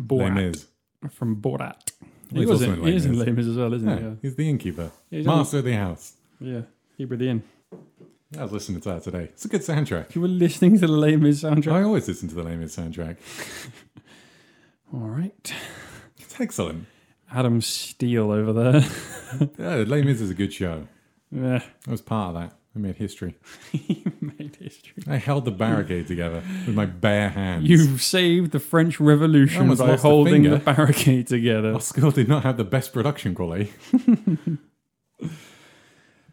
Speaker 2: Borat
Speaker 1: Mis.
Speaker 2: from Borat. He
Speaker 1: he's
Speaker 2: was
Speaker 1: also
Speaker 2: in,
Speaker 1: in
Speaker 2: he
Speaker 1: Les
Speaker 2: is in
Speaker 1: Mis.
Speaker 2: Les Mis as well, isn't
Speaker 1: Yeah,
Speaker 2: he?
Speaker 1: He's the innkeeper.
Speaker 2: he's on-
Speaker 1: Master of the house.
Speaker 2: Yeah, yeah. He breathed in.
Speaker 1: I was listening to that today. It's a good soundtrack.
Speaker 2: You were listening to the Les Mis soundtrack.
Speaker 1: I always listen to the Les Mis soundtrack.
Speaker 2: All right.
Speaker 1: It's excellent.
Speaker 2: Adam Steele over there.
Speaker 1: Yeah, Les Mis is a good show.
Speaker 2: yeah,
Speaker 1: I was part of that. I made history.
Speaker 2: he made history.
Speaker 1: I held the barricade together with my bare hands.
Speaker 2: You've saved the French Revolution
Speaker 1: almost
Speaker 2: by
Speaker 1: lost a
Speaker 2: holding
Speaker 1: finger.
Speaker 2: the barricade together.
Speaker 1: Our school did not have the best production quality.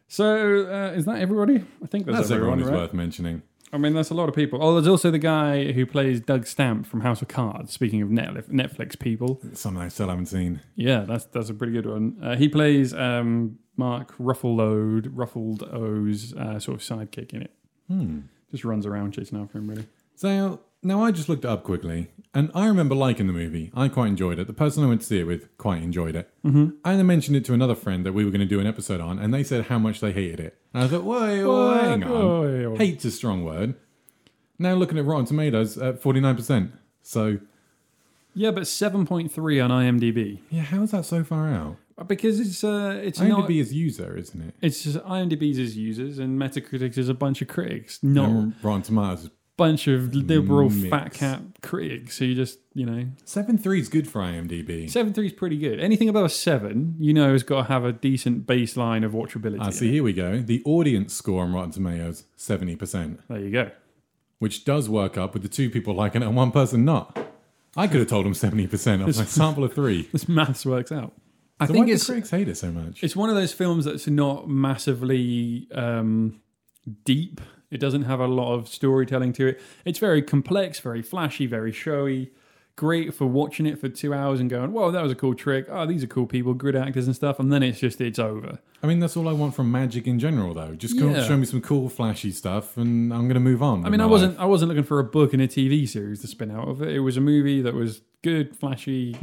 Speaker 2: So, uh, is that everybody? I think that's,
Speaker 1: That's everyone
Speaker 2: everyone,
Speaker 1: is
Speaker 2: right?
Speaker 1: worth mentioning.
Speaker 2: I mean, that's a lot of people. Oh, there's also the guy who plays Doug Stamp from House of Cards. Speaking of Netflix, Netflix people,
Speaker 1: Something I still haven't seen.
Speaker 2: yeah, that's that's a pretty good one. Uh, he plays um, Mark Ruffalo, Ruffled O's uh, sort of sidekick in it. Just runs around chasing after him, really.
Speaker 1: So now I just looked it up quickly, and I remember liking the movie. I quite enjoyed it. The person I went to see it with quite enjoyed it. Mm-hmm. I then mentioned it to another friend that we were going to do an episode on, and they said how much they hated it. And I thought, whoa, whoa, hang on.
Speaker 2: Whoa.
Speaker 1: Hate's a strong word. Now looking at Rotten Tomatoes at forty nine percent. So
Speaker 2: Yeah, but 7.3 on IMDb
Speaker 1: Yeah, how is that so far out?
Speaker 2: because it's uh, it's
Speaker 1: IMDb
Speaker 2: not.
Speaker 1: is user, isn't it?
Speaker 2: It's just IMDb's is users and Metacritic's is a bunch of critics, not
Speaker 1: And Rotten Tomatoes.
Speaker 2: bunch of liberal
Speaker 1: Mm. Mix.
Speaker 2: fat cat critics who just you know
Speaker 1: Seven three is good for IMDb.
Speaker 2: seven three is pretty good. Anything above a seven, you know, has got to have a decent baseline of watchability.
Speaker 1: Ah, see, here we go. The audience score on Rotten Tomatoes seventy percent,
Speaker 2: There you go.
Speaker 1: which does work up with the two people liking it and one person not. I could have told them seventy percent off my sample of three.
Speaker 2: This maths works out. I
Speaker 1: So why
Speaker 2: think
Speaker 1: do
Speaker 2: it's
Speaker 1: critics hate it so much?
Speaker 2: it's one of those films that's not massively um, deep. It doesn't have a lot of storytelling to it. It's very complex, very flashy, very showy. Great for watching it for two hours and going, "Whoa, that was a cool trick! Oh, these are cool people, good actors and stuff." And then it's just it's over.
Speaker 1: I mean, that's all I want from magic in general, though. Just go
Speaker 2: Yeah.
Speaker 1: show me some cool, flashy stuff, and I'm going to move on.
Speaker 2: I mean, I wasn't I wasn't looking for a book and a TV series to spin out of it. It was a movie that was good, flashy,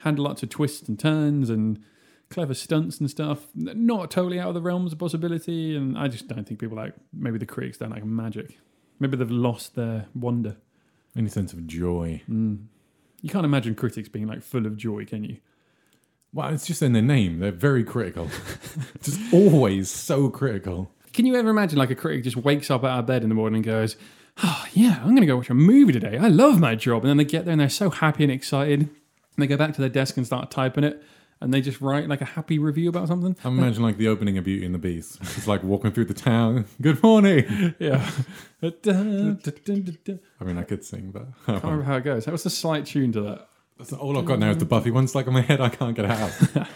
Speaker 2: had lots of twists and turns and clever stunts and stuff. Not totally out of the realms of possibility. And I just don't think people like maybe the critics don't like magic. Maybe they've lost their wonder.
Speaker 1: any sense of joy.
Speaker 2: You can't imagine critics being like full of joy, can you?
Speaker 1: Well, it's just in their name. They're very critical. just always so critical.
Speaker 2: Can you ever imagine like a critic just wakes up out of bed in the morning and goes, Oh yeah, I'm gonna go watch a movie today. I love my job. And then they get there and they're so happy and excited. And they go back to their desk and start typing it and they just write like a happy review about something.
Speaker 1: I imagine like the opening of Beauty and the Beast. It's like walking through the town. Good morning.
Speaker 2: Yeah. I can't
Speaker 1: I mean, I could sing, but I won't.
Speaker 2: remember how it goes. That was a slight tune to that.
Speaker 1: That's all I've got now is the Buffy one stuck in my head. I can't get it out.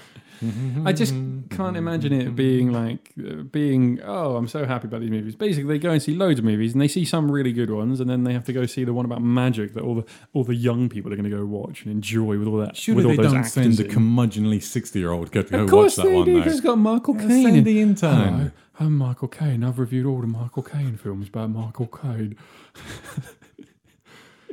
Speaker 2: I just can't imagine
Speaker 1: Mm-hmm.
Speaker 2: it being like uh, being oh I'm so happy about these movies. Basically, they go and see loads of movies and they see some really good ones, and then they have to go see the one about magic that all the all the young people are going to go watch and enjoy with all that. with all
Speaker 1: Surely they
Speaker 2: those
Speaker 1: don't
Speaker 2: actors
Speaker 1: send a
Speaker 2: in.
Speaker 1: curmudgeonly sixty-year-old go to
Speaker 2: Of
Speaker 1: go watch
Speaker 2: course
Speaker 1: that
Speaker 2: they
Speaker 1: one
Speaker 2: do. 'cause
Speaker 1: though.
Speaker 2: It's got Michael
Speaker 1: Yeah,
Speaker 2: Caine.
Speaker 1: send
Speaker 2: in-
Speaker 1: the intern.
Speaker 2: Hello, I'm Michael Caine. I've reviewed all the Michael Caine films about Michael Caine.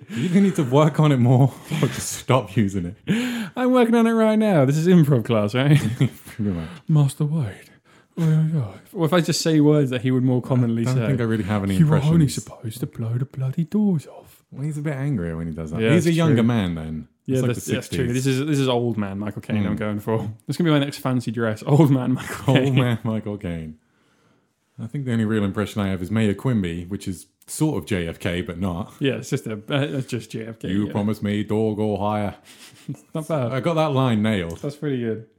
Speaker 1: You either need to work on it more, or just stop using it.
Speaker 2: I'm working on it right now. This is improv class, right?
Speaker 1: Pretty much.
Speaker 2: Master Wade. Oh, yeah, yeah. Well, if I just say words that he would more commonly
Speaker 1: I don't
Speaker 2: say,
Speaker 1: think I really have any
Speaker 2: you were only
Speaker 1: impressions.
Speaker 2: supposed to blow the bloody doors off.
Speaker 1: Well, he's a bit angrier when he does that.
Speaker 2: Yeah,
Speaker 1: he's a
Speaker 2: that's
Speaker 1: younger
Speaker 2: true.
Speaker 1: man then.
Speaker 2: Yeah,
Speaker 1: It's like
Speaker 2: that's,
Speaker 1: the 60s.
Speaker 2: that's true. This is this is old man Michael Caine. I'm
Speaker 1: Mm.
Speaker 2: going for. This gonna be my next fancy dress, old man Michael.
Speaker 1: Old
Speaker 2: Caine.
Speaker 1: man Michael Caine. I think the only real impression I have is Mayor Quimby, which is sort of JFK, but not.
Speaker 2: Yeah, it's just a. Uh, it's just JFK.
Speaker 1: You
Speaker 2: yeah.
Speaker 1: promised me door go higher.
Speaker 2: Not bad.
Speaker 1: I got that line nailed.
Speaker 2: That's pretty good.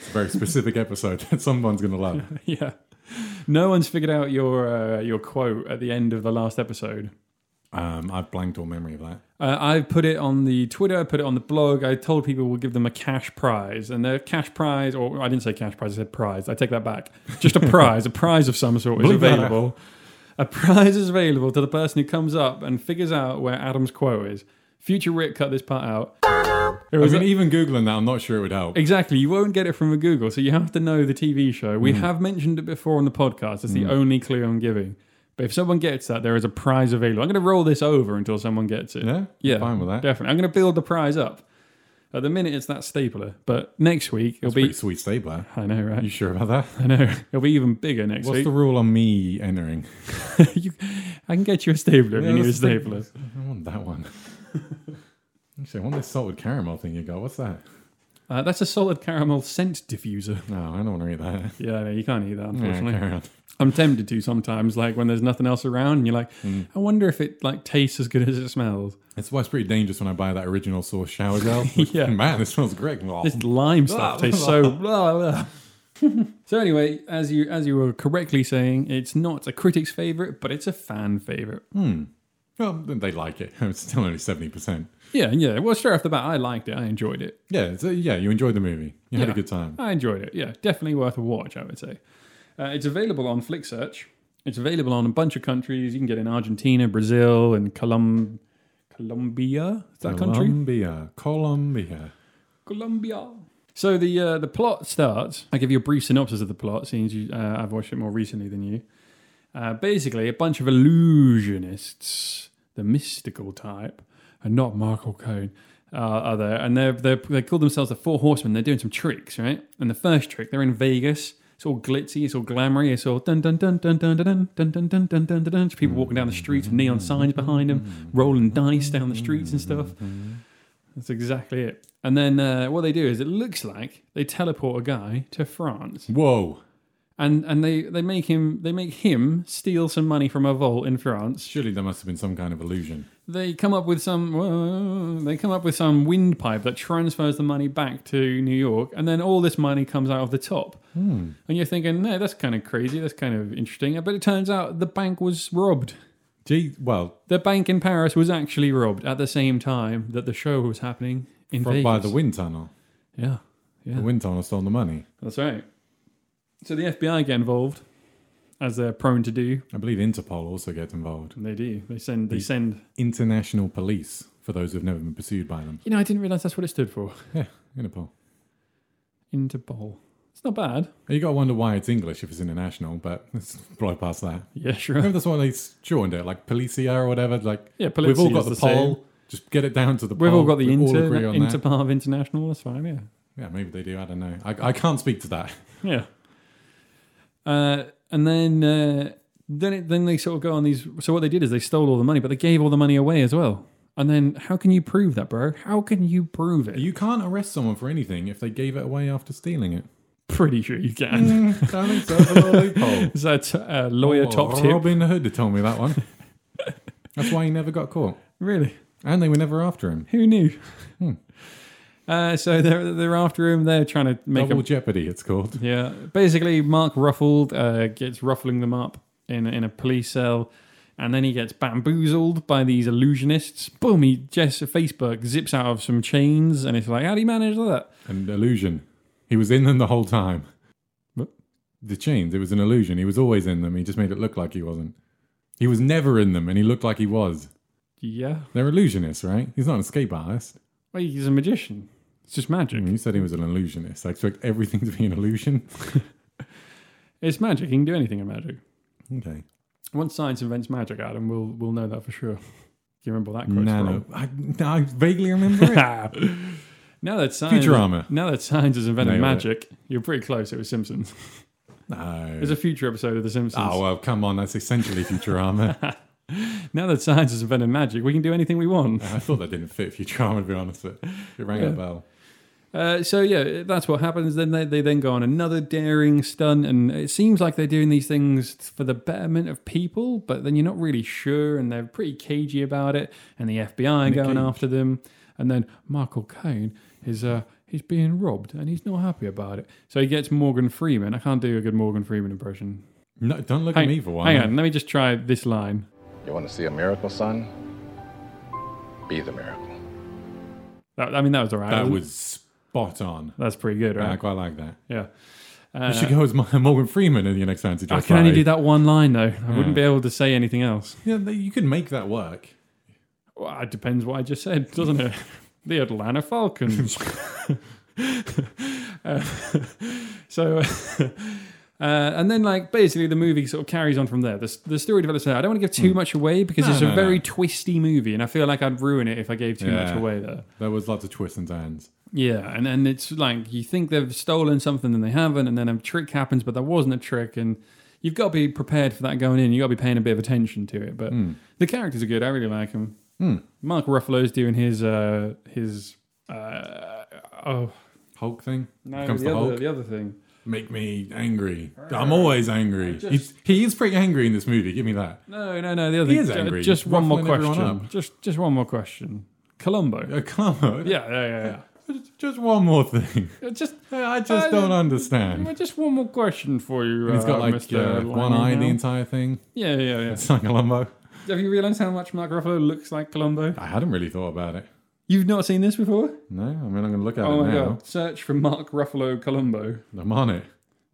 Speaker 1: It's a very specific episode that someone's going to love.
Speaker 2: yeah. No one's figured out your uh, your quote at the end of the last episode.
Speaker 1: Um, I've blanked all memory of that.
Speaker 2: Uh, I put it on the Twitter, I put it on the blog. I told people we'll give them a cash prize, and their cash prize, or I didn't say cash prize, I said prize. I take that back. Just a prize, a prize of some sort is
Speaker 1: Bleep that out.
Speaker 2: available. A prize is available to the person who comes up and figures out where Adam's quote is. Future Rick cut this part out. It
Speaker 1: I
Speaker 2: was
Speaker 1: mean, even Googling that, I'm not sure it would help.
Speaker 2: Exactly. You won't get it from a Google, so you have to know the TV show. We have mentioned it before on the podcast. It's the only clue I'm giving. But if someone gets that, there is a prize available. I'm going to roll this over until someone gets it.
Speaker 1: Yeah?
Speaker 2: Yeah.
Speaker 1: Fine with that.
Speaker 2: Definitely. I'm going to build the prize up. At the minute, it's that stapler. But next week, it'll
Speaker 1: Pretty
Speaker 2: be.
Speaker 1: sweet stapler.
Speaker 2: I know, right?
Speaker 1: You sure about that?
Speaker 2: I know. It'll be even bigger next
Speaker 1: What's
Speaker 2: week.
Speaker 1: the rule on me entering?
Speaker 2: You- I can get you a stapler if
Speaker 1: Yeah,
Speaker 2: you need a
Speaker 1: let's think-
Speaker 2: stapler.
Speaker 1: I want that one. Actually, I want this salted caramel thing you got. What's that?
Speaker 2: Uh, that's a solid caramel scent diffuser.
Speaker 1: No, I don't want to eat that.
Speaker 2: Yeah, no, you can't eat that,
Speaker 1: Yeah,
Speaker 2: unfortunately.
Speaker 1: carry on.
Speaker 2: I'm tempted to sometimes, like when there's nothing else around, and you're like,
Speaker 1: Hmm.
Speaker 2: I wonder if it like tastes as good as it smells.
Speaker 1: That's why it's pretty dangerous when I buy that original sauce shower gel.
Speaker 2: Yeah.
Speaker 1: Man, this smells great. Oh,
Speaker 2: This lime stuff tastes so. blah, blah. so anyway, as you as you were correctly saying, it's not a critic's favorite, but it's a fan favorite.
Speaker 1: well, they like it. It's still only 70%.
Speaker 2: Yeah, yeah. Well, straight off the bat, I liked it. I enjoyed it.
Speaker 1: Yeah, so, yeah, you enjoyed the movie. You had a
Speaker 2: Yeah.
Speaker 1: good time.
Speaker 2: I enjoyed it. Yeah, definitely worth a watch. I would say. Uh, it's available on Flicksearch. It's available on a bunch of countries. You can get it in Argentina, Brazil, and Colum- Colombia. Is that a country?
Speaker 1: Colombia. Colombia.
Speaker 2: Colombia. So the uh, the plot starts. I give you a brief synopsis of the plot, since you, uh, I've watched it more recently than you. Uh, basically, a bunch of illusionists, the mystical type, and not Michael Cohen, uh, are there, and they're, they're they call themselves the Four Horsemen. They're doing some tricks, right? And the first trick, they're in Vegas. It's all glitzy. It's all glamoury. It's all dun dun dun dun dun dun dun dun dun dun dun dun dun. People walking down the streets with neon signs behind them, rolling dice down the streets and stuff. That's exactly it. And then uh, what they do is it looks like they teleport a guy to France,
Speaker 1: Whoa.
Speaker 2: and and they they make him they make him steal some money from a vault in France.
Speaker 1: Surely there must have been some kind of illusion.
Speaker 2: They come up with some whoa, they come up with some windpipe that transfers the money back to New York, and then all this money comes out of the top.
Speaker 1: Hmm.
Speaker 2: And you're thinking, no, that's kind of crazy. That's kind of interesting. But it turns out the bank was robbed.
Speaker 1: Gee, well,
Speaker 2: The bank in Paris was actually robbed at the same time that the show was happening in
Speaker 1: from,
Speaker 2: Vegas.
Speaker 1: by the wind tunnel.
Speaker 2: yeah, yeah.
Speaker 1: The wind tunnel stole the money.
Speaker 2: That's right. So the FBI get involved, as they're prone to do.
Speaker 1: I believe Interpol also gets involved.
Speaker 2: And they do. They send. They send.
Speaker 1: International police, for those who've never been pursued by them.
Speaker 2: You know, I didn't realize that's what it stood for.
Speaker 1: Yeah, Interpol.
Speaker 2: Interpol. It's not bad.
Speaker 1: You gotta wonder why it's English if it's international, but let's blow past that.
Speaker 2: Yeah, sure.
Speaker 1: Remember that's why they shortened it, like Policia or whatever. Like
Speaker 2: Yeah,
Speaker 1: we've all
Speaker 2: Polizia
Speaker 1: got
Speaker 2: is
Speaker 1: the,
Speaker 2: the
Speaker 1: poll.
Speaker 2: same.
Speaker 1: Just get it down to the
Speaker 2: We've
Speaker 1: poll.
Speaker 2: all got the
Speaker 1: We
Speaker 2: inter-
Speaker 1: agree on that.
Speaker 2: Interpol of International. That's fine. Yeah.
Speaker 1: Yeah, maybe they do. I don't know. I, I can't speak to that.
Speaker 2: Yeah. Uh, and then uh, then it, then they sort of go on these. So what they did is they stole all the money, but they gave all the money away as well. And then how can you prove that, bro? How can you prove it?
Speaker 1: You can't arrest someone for anything if they gave it away after stealing it.
Speaker 2: pretty sure you can.
Speaker 1: I think so. That's a little loophole.
Speaker 2: Is that uh, lawyer
Speaker 1: Oh,
Speaker 2: top tip?
Speaker 1: Robin Hood told me that one. That's why he never got caught.
Speaker 2: Really?
Speaker 1: And they were never after him.
Speaker 2: Who knew? Uh, so they're they're after him. They're trying to make
Speaker 1: Double
Speaker 2: him.
Speaker 1: Jeopardy, it's called.
Speaker 2: Yeah, basically, Mark Ruffled uh, gets ruffling them up in in a police cell, and then he gets bamboozled by these illusionists. Boom! He just Facebook zips out of some chains, and it's like, how do you manage that?
Speaker 1: An illusion. He was in them the whole time.
Speaker 2: What?
Speaker 1: The chains, it was an illusion. He was always in them. He just made it look like he wasn't. He was never in them and he looked like he was.
Speaker 2: Yeah,
Speaker 1: They're illusionists, right? He's not an escape artist.
Speaker 2: well, he's a magician. It's just magic.
Speaker 1: You said he was an illusionist. I expect everything to be an illusion.
Speaker 2: It's magic. He can do anything in magic.
Speaker 1: Okay.
Speaker 2: Once science invents magic, Adam, we'll we'll know that for sure. Do you remember that quote?
Speaker 1: Nano. I, I vaguely remember it.
Speaker 2: now that science,
Speaker 1: Futurama.
Speaker 2: Now that science has invented
Speaker 1: Nailed it.
Speaker 2: magic, you're pretty close. It was Simpsons.
Speaker 1: No.
Speaker 2: There's a future episode of The Simpsons.
Speaker 1: Oh well, come on, that's essentially Futurama.
Speaker 2: Now that science has invented magic, we can do anything we want.
Speaker 1: I thought that didn't fit Futurama to be honest, but it rang a bell.
Speaker 2: Uh, so yeah, that's what happens. Then they, they then go on another daring stunt, and it seems like they're doing these things for the betterment of people, but then you're not really sure, and they're pretty cagey about it. And the FBI going
Speaker 1: Cage.
Speaker 2: after them, and then Michael Caine is uh he's being robbed, and he's not happy about it. So he gets Morgan Freeman. I can't do a good Morgan Freeman impression.
Speaker 1: No, don't look at
Speaker 2: Hang,
Speaker 1: me for one.
Speaker 2: hang on, let me just try this line.
Speaker 4: You want to see a miracle, son? Be the miracle.
Speaker 2: That, I mean, that was alright.
Speaker 1: That
Speaker 2: wasn't it?
Speaker 1: was spot on.
Speaker 2: that's pretty good,
Speaker 1: I
Speaker 2: right?
Speaker 1: quite like that.
Speaker 2: Um, Yeah.
Speaker 1: You should go as Mo- Morgan Freeman in your next fancy
Speaker 2: I
Speaker 1: dress.
Speaker 2: Oh, can only
Speaker 1: party.
Speaker 2: do that one line though. I wouldn't be able to say anything else.
Speaker 1: Yeah, they- you could make that work.
Speaker 2: Well, it depends what I just said, doesn't it? the Atlanta Falcons. Uh, so, uh, and then like basically the movie sort of carries on from there. The, s- the story develops there. I don't want to give too much away because
Speaker 1: No,
Speaker 2: it's
Speaker 1: Hmm. no,
Speaker 2: a
Speaker 1: no.
Speaker 2: very twisty movie, and I feel like I'd ruin it if I gave too much
Speaker 1: Yeah.
Speaker 2: away there.
Speaker 1: There was lots of twists and turns.
Speaker 2: Yeah, and then it's like you think they've stolen something and they haven't, and then a trick happens, but there wasn't a trick, and you've got to be prepared for that going in. You've got to be paying a bit of attention to it. But
Speaker 1: Hmm.
Speaker 2: the characters are good. I really like them. Mark Ruffalo's doing his uh, his uh, oh
Speaker 1: Hulk thing.
Speaker 2: no
Speaker 1: comes
Speaker 2: the
Speaker 1: the
Speaker 2: other,
Speaker 1: Hulk.
Speaker 2: the other thing.
Speaker 1: Make me angry. I'm always angry. He's, he is pretty angry in this movie. Give me that.
Speaker 2: No, no, no, the other
Speaker 1: He
Speaker 2: thing.
Speaker 1: is
Speaker 2: Ju-
Speaker 1: angry.
Speaker 2: Just
Speaker 1: He's
Speaker 2: one more
Speaker 1: ruffling everyone
Speaker 2: question.
Speaker 1: up.
Speaker 2: Just just one more question. Columbo.
Speaker 1: Uh, come on.
Speaker 2: Yeah, yeah, yeah.
Speaker 1: Just- Just one more thing.
Speaker 2: yeah. Just uh,
Speaker 1: I just don't understand.
Speaker 2: just one more question for you.
Speaker 1: He's got
Speaker 2: uh,
Speaker 1: like
Speaker 2: Mr.
Speaker 1: uh, one eye the
Speaker 2: Langenau.
Speaker 1: entire thing.
Speaker 2: Yeah, yeah, yeah.
Speaker 1: It's like Columbo.
Speaker 2: Have you realised how much Mark Ruffalo looks like Columbo?
Speaker 1: I hadn't really thought about it.
Speaker 2: You've not seen this before?
Speaker 1: No, I mean, I'm going to look at
Speaker 2: Oh
Speaker 1: it
Speaker 2: my
Speaker 1: now.
Speaker 2: god. Search for Mark Ruffalo Columbo.
Speaker 1: I'm on it.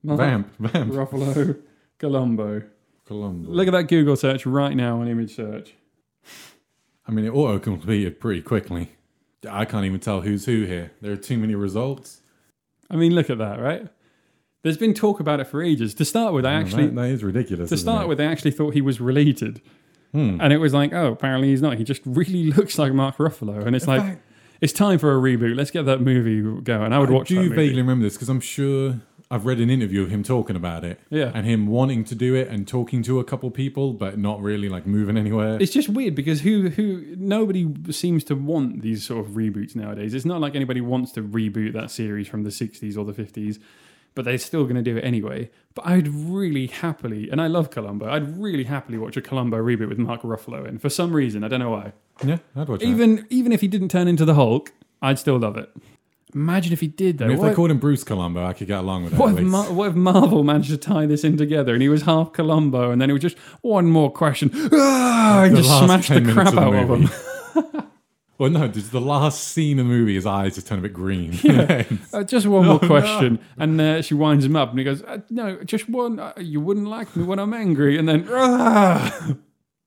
Speaker 2: Mark
Speaker 1: Vamp, vamp.
Speaker 2: Ruffalo Columbo.
Speaker 1: Columbo.
Speaker 2: Look at that Google search right now on image search.
Speaker 1: I mean, it auto completed pretty quickly. I can't even tell who's who here. There are too many results.
Speaker 2: I mean, look at that, right? There's been talk about it for ages. To start with, I actually.
Speaker 1: that, that is ridiculous.
Speaker 2: to
Speaker 1: isn't
Speaker 2: start
Speaker 1: it?
Speaker 2: with, I actually thought he was related.
Speaker 1: Hmm.
Speaker 2: And it was like, oh, apparently he's not. He just really looks like Mark Ruffalo. And it's like,
Speaker 1: fact-
Speaker 2: it's time for a reboot. Let's get that movie going. I would watch
Speaker 1: do
Speaker 2: that
Speaker 1: you
Speaker 2: movie.
Speaker 1: vaguely remember this because I'm sure I've read an interview of him talking about it.
Speaker 2: Yeah.
Speaker 1: And him wanting to do it and talking to a couple people, but not really like moving anywhere.
Speaker 2: It's just weird because who who nobody seems to want these sort of reboots nowadays. It's not like anybody wants to reboot that series from the 60s or the 50s, but they're still going to do it anyway. But I'd really happily, and I love Columbo, I'd really happily watch a Columbo reboot with Mark Ruffalo in for some reason. I don't know why.
Speaker 1: yeah, I'd watch that.
Speaker 2: Even even if he didn't turn into the Hulk, I'd still love it. Imagine if he did though.
Speaker 1: I mean, if
Speaker 2: What-
Speaker 1: they called him Bruce Columbo, I could get along with that.
Speaker 2: What
Speaker 1: at
Speaker 2: if,
Speaker 1: least.
Speaker 2: Mar- what if Marvel managed to tie this in together and he was half Columbo and then it was just one more question ah, and
Speaker 1: The
Speaker 2: just
Speaker 1: last
Speaker 2: smashed
Speaker 1: 10
Speaker 2: the crap
Speaker 1: minutes of the
Speaker 2: out of
Speaker 1: movie.
Speaker 2: him?
Speaker 1: well, no, just the last scene of the movie, his eyes just turn a bit green.
Speaker 2: Uh, just one more question. And uh, she winds him up and he goes, uh, No, just one. Uh, you wouldn't like me when I'm angry. And then, ah.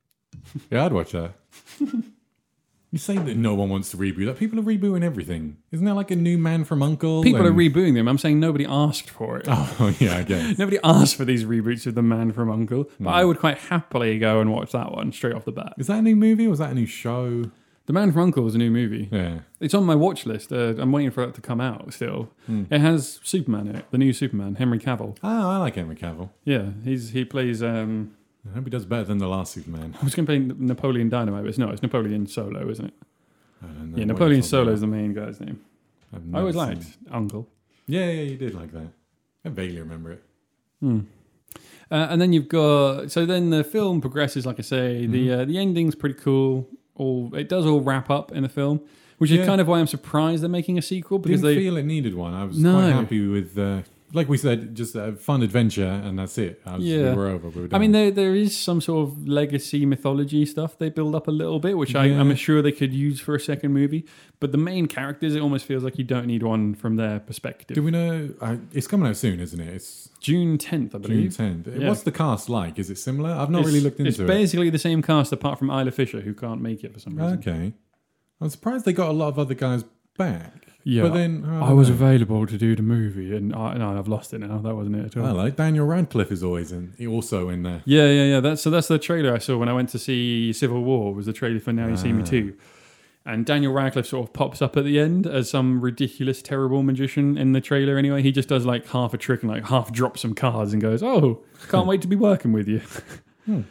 Speaker 1: yeah, I'd watch that. you say that no one wants to reboot that. People are rebooting everything. Isn't there like a new man from Uncle?
Speaker 2: people are
Speaker 1: and-
Speaker 2: rebooting them. I'm saying nobody asked for it.
Speaker 1: Oh, yeah, I guess.
Speaker 2: Nobody asked for these reboots of The Man from Uncle, but I would quite happily go and watch that one straight off the bat.
Speaker 1: Is that a new movie or is that a new show?
Speaker 2: The Man from Uncle is a new movie.
Speaker 1: Yeah.
Speaker 2: It's on my watch list. Uh, I'm waiting for it to come out still. It has Superman in it, the new Superman, Henry Cavill.
Speaker 1: Oh, I like Henry Cavill.
Speaker 2: Yeah, he's he plays. Um,
Speaker 1: I hope he does better than the last Superman.
Speaker 2: I was going to play Napoleon Dynamite, but it's not. It's Napoleon Solo, isn't it?
Speaker 1: I don't know
Speaker 2: Yeah,
Speaker 1: what
Speaker 2: Napoleon
Speaker 1: it's all
Speaker 2: Solo
Speaker 1: about.
Speaker 2: is the main guy's name.
Speaker 1: I've
Speaker 2: I always
Speaker 1: never
Speaker 2: liked
Speaker 1: seen it.
Speaker 2: Uncle.
Speaker 1: Yeah, yeah, you did like that. I vaguely remember it.
Speaker 2: Uh, and then you've got so then the film progresses. Like I say, the
Speaker 1: Mm-hmm.
Speaker 2: uh, the ending's pretty cool. All it does all wrap up in the film, which
Speaker 1: Yeah.
Speaker 2: is kind of why I'm surprised they're making a sequel because
Speaker 1: Didn't
Speaker 2: they
Speaker 1: feel it needed one. I was
Speaker 2: No.
Speaker 1: quite happy with, uh, like we said, just a fun adventure, and that's it. I was,
Speaker 2: Yeah.
Speaker 1: we were over. We were
Speaker 2: I
Speaker 1: done.
Speaker 2: mean, there there is some sort of legacy mythology stuff they build up a little bit, which I,
Speaker 1: Yeah.
Speaker 2: I'm sure they could use for a second movie. But the main characters, it almost feels like you don't need one from their perspective.
Speaker 1: do we know? Uh, it's coming out soon, isn't it? It's
Speaker 2: June 10th, I
Speaker 1: June
Speaker 2: believe.
Speaker 1: tenth.
Speaker 2: Yeah.
Speaker 1: What's the cast like? Is it similar? I've not
Speaker 2: It's-
Speaker 1: really looked into
Speaker 2: It's
Speaker 1: it.
Speaker 2: basically the same cast apart from Isla Fisher, who can't make it for some reason.
Speaker 1: Okay, I'm surprised they got a lot of other guys back.
Speaker 2: Yeah,
Speaker 1: but then oh, I
Speaker 2: I
Speaker 1: don't
Speaker 2: was
Speaker 1: know.
Speaker 2: available to do the movie, and I, no, I've lost it now. That wasn't it at all.
Speaker 1: I like Daniel Radcliffe is always in, also in there.
Speaker 2: Yeah, yeah, yeah. That's so. That's the trailer I saw when I went to see Civil War. Was the trailer for Now You
Speaker 1: Ah.
Speaker 2: See Me Too, and Daniel Radcliffe sort of pops up at the end as some ridiculous, terrible magician in the trailer. Anyway, he just does like half a trick and like half drops some cards and goes, "Oh, can't wait to be working with you."
Speaker 1: Hmm.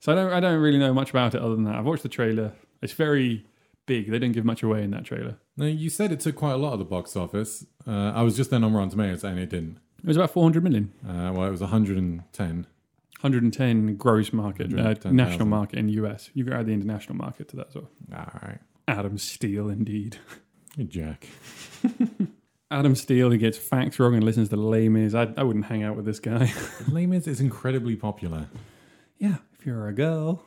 Speaker 2: So I don't, I don't really know much about it other than that. I've watched the trailer. It's very big. They didn't give much away in that trailer.
Speaker 1: Now you said it took quite a lot of the box office. Uh, I was just then on Rotten Tomatoes and it didn't.
Speaker 2: It was about 400 million,
Speaker 1: Uh, well, it was 110.
Speaker 2: 110 gross market, uh,
Speaker 1: 110,000.
Speaker 2: national market in US. You could add the international market to that sort of.
Speaker 1: All right,
Speaker 2: Adam Steele, indeed.
Speaker 1: you jack.
Speaker 2: Adam Steele, who gets facts wrong and listens to lame is. I, I wouldn't hang out with this guy.
Speaker 1: Lame is is incredibly popular.
Speaker 2: yeah, if you're a girl.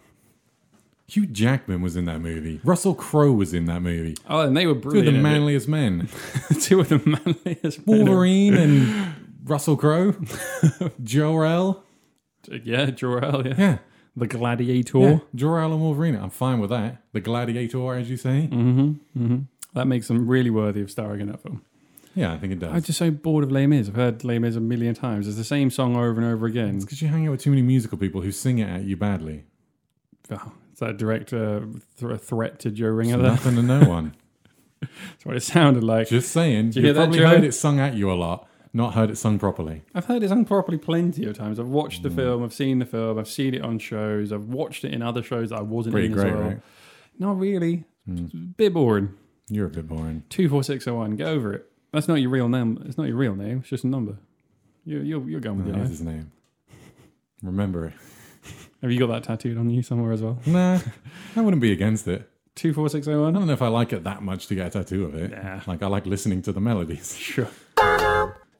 Speaker 1: Hugh Jackman was in that movie. Russell Crowe was in that movie.
Speaker 2: Oh, and they were
Speaker 1: Two of
Speaker 2: brilliant.
Speaker 1: the
Speaker 2: at
Speaker 1: manliest men.
Speaker 2: it. Two of the manliest. men.
Speaker 1: Wolverine and Russell Crowe. Jor-El.
Speaker 2: Yeah, Jor-El, yeah.
Speaker 1: Yeah.
Speaker 2: The Gladiator.
Speaker 1: yeah. Jor-El and Wolverine. I'm fine with that. The Gladiator, as you say.
Speaker 2: Mm-hmm. That makes them really worthy of starring in that film.
Speaker 1: Yeah, I think it does.
Speaker 2: I'm just so bored of lame is. I've heard lame is a million times. It's the same song over and over again.
Speaker 1: Because you hang out with too many musical people who sing it at you badly.
Speaker 2: Oh, it's that direct uh, th- threat to Joe Ringer there.
Speaker 1: Nothing to no one.
Speaker 2: That's what it sounded like.
Speaker 1: Just saying.
Speaker 2: you hear
Speaker 1: You've
Speaker 2: that,
Speaker 1: probably
Speaker 2: Joe?
Speaker 1: heard it sung at you a lot, not heard it sung properly.
Speaker 2: I've heard it sung properly plenty of times. I've watched
Speaker 1: Mm.
Speaker 2: the film, I've seen the film, I've seen it on shows, I've watched it in other shows that I wasn't
Speaker 1: Pretty
Speaker 2: in
Speaker 1: great,
Speaker 2: as well.
Speaker 1: right? Mm.
Speaker 2: Not really. It's a bit boring.
Speaker 1: You're a bit boring.
Speaker 2: Two four six oh one. Get over it. That's not your real name. It's not your real name. It's just a number. You, you're you're going with
Speaker 1: That
Speaker 2: your
Speaker 1: is his
Speaker 2: life.
Speaker 1: name. Remember it.
Speaker 2: Have you got that tattooed on you somewhere as well?
Speaker 1: Nah, I wouldn't be against it.
Speaker 2: Two four six oh
Speaker 1: I
Speaker 2: one.
Speaker 1: don't know if I like it that much to get a tattoo of it.
Speaker 2: Nah.
Speaker 1: Like I like listening to the melodies.
Speaker 2: Sure.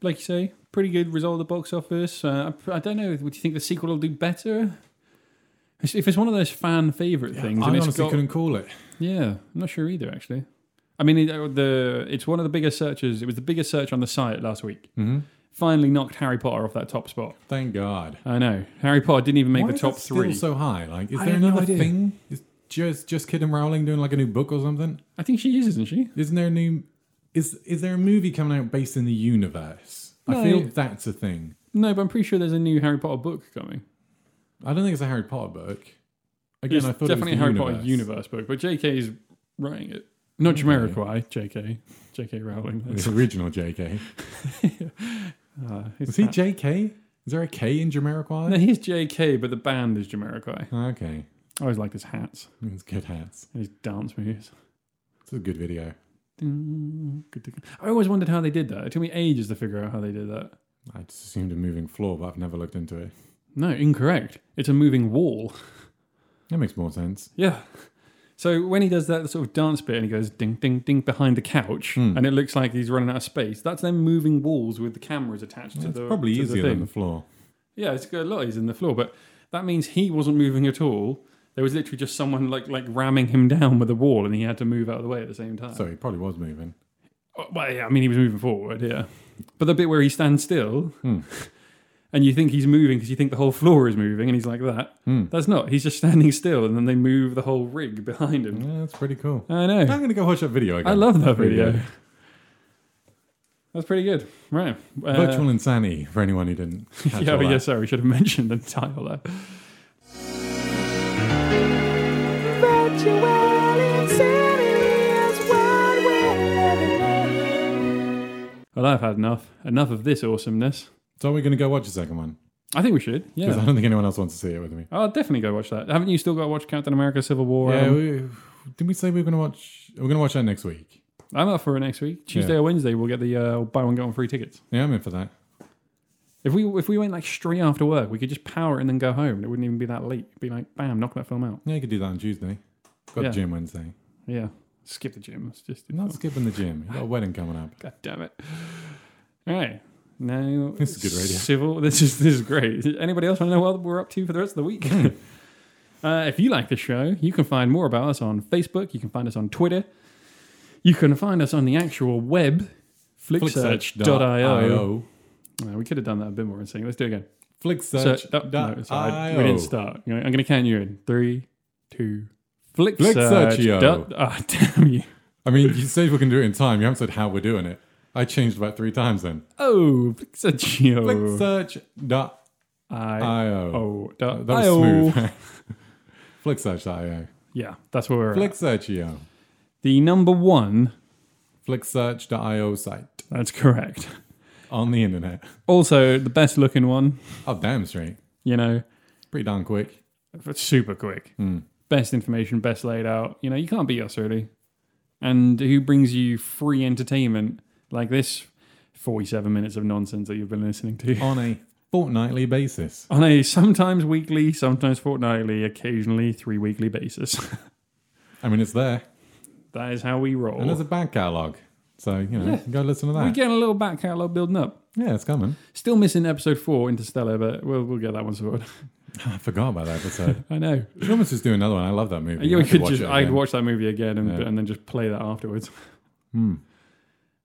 Speaker 2: Like you say, pretty good result at the box office. Uh, I I don't know. Would you think the sequel will do better? It's- If it's one of those fan favorite things, and
Speaker 1: I
Speaker 2: it's
Speaker 1: honestly
Speaker 2: got-
Speaker 1: couldn't call it.
Speaker 2: Yeah, I'm not sure either. Actually, I mean, it, uh, the it's one of the biggest searches. It was the biggest search on the site last week. Mm-hmm. Finally, knocked Harry Potter off that top spot.
Speaker 1: Thank God.
Speaker 2: I know Harry Potter didn't even make
Speaker 1: Why
Speaker 2: the
Speaker 1: is
Speaker 2: top
Speaker 1: it
Speaker 2: three.
Speaker 1: Still so high. Like, is
Speaker 2: I
Speaker 1: there
Speaker 2: have no
Speaker 1: another
Speaker 2: idea.
Speaker 1: thing? Is just just Kid and Rowling doing like a new book or something?
Speaker 2: I think she is, isn't she?
Speaker 1: Isn't there a new? Is is there a movie coming out based in the universe?
Speaker 2: No.
Speaker 1: I feel that's a thing.
Speaker 2: No, but I'm pretty sure there's a new Harry Potter book coming.
Speaker 1: I don't think it's a Harry Potter book. Again,
Speaker 2: It's
Speaker 1: I thought
Speaker 2: definitely
Speaker 1: it was the
Speaker 2: a
Speaker 1: universe.
Speaker 2: Harry Potter universe book, but J.K. is writing it. Not Jamiroquai, J.K. J.K. Rowling.
Speaker 1: It's original, J.K.
Speaker 2: Uh, it's
Speaker 1: Is he
Speaker 2: that-
Speaker 1: JK? Is there a K in
Speaker 2: No,
Speaker 1: Jamiroquai?
Speaker 2: he's JK, but the band is Jamiroquai.
Speaker 1: Okay.
Speaker 2: I always liked his hats
Speaker 1: It's good hats.
Speaker 2: and his dance moves.
Speaker 1: It's a good video.
Speaker 2: I always wondered how they did that. It took me ages to figure out how they did that.
Speaker 1: I just assumed a moving floor, but I've never looked into it.
Speaker 2: No, incorrect. It's a moving wall.
Speaker 1: That makes more sense.
Speaker 2: Yeah. So when he does that sort of dance bit and he goes ding ding ding behind the couch
Speaker 1: Hmm.
Speaker 2: and it looks like he's running out of space, that's them moving walls with the cameras attached to
Speaker 1: It's
Speaker 2: the
Speaker 1: probably
Speaker 2: to
Speaker 1: easier
Speaker 2: the
Speaker 1: than
Speaker 2: thing.
Speaker 1: the floor.
Speaker 2: Yeah, it's got a lot easier than the floor, but that means he wasn't moving at all. There was literally just someone like like ramming him down with a wall and he had to move out of the way at the same time.
Speaker 1: So he probably was moving.
Speaker 2: Oh, Well, yeah, I mean, he was moving forward, yeah. But the bit where he stands still, and you think he's moving because you think the whole floor is moving, and he's like that. That's not. He's just standing still, and then they move the whole rig behind him.
Speaker 1: Yeah, that's pretty cool.
Speaker 2: I know.
Speaker 1: I'm going to go watch that video again.
Speaker 2: I love that
Speaker 1: Pretty
Speaker 2: video.
Speaker 1: good.
Speaker 2: That's pretty good, right? Uh,
Speaker 1: Virtual Insanity, for anyone who didn't. catch
Speaker 2: yeah,
Speaker 1: all
Speaker 2: oh,
Speaker 1: that.
Speaker 2: yeah. Sorry, we should have mentioned the title there.
Speaker 3: Virtual insanity is what we're living in.
Speaker 2: Well, I've had enough. Enough of this awesomeness.
Speaker 1: So are we going to go watch the second one?
Speaker 2: I think we should.
Speaker 1: Because I
Speaker 2: Yeah.
Speaker 1: don't think anyone else wants to see it with me.
Speaker 2: I'll definitely go watch that. Haven't you still got to watch Captain America: Civil War?
Speaker 1: Yeah,
Speaker 2: Um,
Speaker 1: we, did we say we were going to watch? We're going to watch that next week.
Speaker 2: I'm up for it next week. Tuesday
Speaker 1: Yeah.
Speaker 2: or Wednesday, we'll get the uh, buy one get one free tickets.
Speaker 1: Yeah, I'm in for that.
Speaker 2: If we if we went like straight after work, we could just power it and then go home, and it wouldn't even be that late. It'd be like, bam, knock that film out.
Speaker 1: Yeah, you could do that on Tuesday. Got
Speaker 2: Yeah.
Speaker 1: the gym Wednesday.
Speaker 2: Yeah, skip the gym. It's just
Speaker 1: Not skipping the gym. You got a wedding coming up.
Speaker 2: God damn it. All right. Now
Speaker 1: This is good radio.
Speaker 2: Civil. This is this is great. Anybody else want to know what we're up to for the rest of the week?
Speaker 1: Hmm.
Speaker 2: uh, if you like the show, you can find more about us on Facebook. You can find us on Twitter. You can find us on the actual web, flicksearch.io. Uh, we could have done that a bit more in sync. Let's do it again. So, oh,
Speaker 1: Flicksearch.
Speaker 2: no, no, sorry, I- we didn't start. You know, I'm going to count you in three, two, flick,
Speaker 1: Flick
Speaker 2: search.
Speaker 1: searchio.
Speaker 2: dot- Ah, damn you.
Speaker 1: I mean, you say we can do it in time. You haven't said how we're doing it. I changed about three times then.
Speaker 2: Oh, flick searchio.
Speaker 1: Flicksearch.io.
Speaker 2: I oh dot
Speaker 1: That was
Speaker 2: io.
Speaker 1: smooth. Flicksearch.io.
Speaker 2: Yeah, that's where we're at.
Speaker 1: Flicksearch.io.
Speaker 2: The number one.
Speaker 1: Flicksearch.io site
Speaker 2: That's correct.
Speaker 1: on the internet.
Speaker 2: Also, the best looking one.
Speaker 1: Oh, damn straight.
Speaker 2: You know,
Speaker 1: Pretty darn quick.
Speaker 2: f- super quick. Best information, best laid out. You know, you can't beat us really. And who brings you free entertainment like this? Forty-seven minutes of nonsense that you've been listening to.
Speaker 1: On a fortnightly basis.
Speaker 2: on a sometimes weekly, sometimes fortnightly, occasionally three weekly basis.
Speaker 1: I mean, it's there.
Speaker 2: that is how we roll.
Speaker 1: And there's a back catalogue. So, you know, go listen to
Speaker 2: We're
Speaker 1: that.
Speaker 2: getting a little back catalog building up.
Speaker 1: yeah, it's coming.
Speaker 2: Still missing episode four, Interstellar, but we'll we'll get that one sorted.
Speaker 1: I forgot about that episode.
Speaker 2: I know.
Speaker 1: we should almost just do another one. I love that movie.
Speaker 2: Yeah,
Speaker 1: I
Speaker 2: we could just.
Speaker 1: it
Speaker 2: I'd
Speaker 1: again.
Speaker 2: watch that movie again and, and then just play that afterwards.
Speaker 1: Hmm.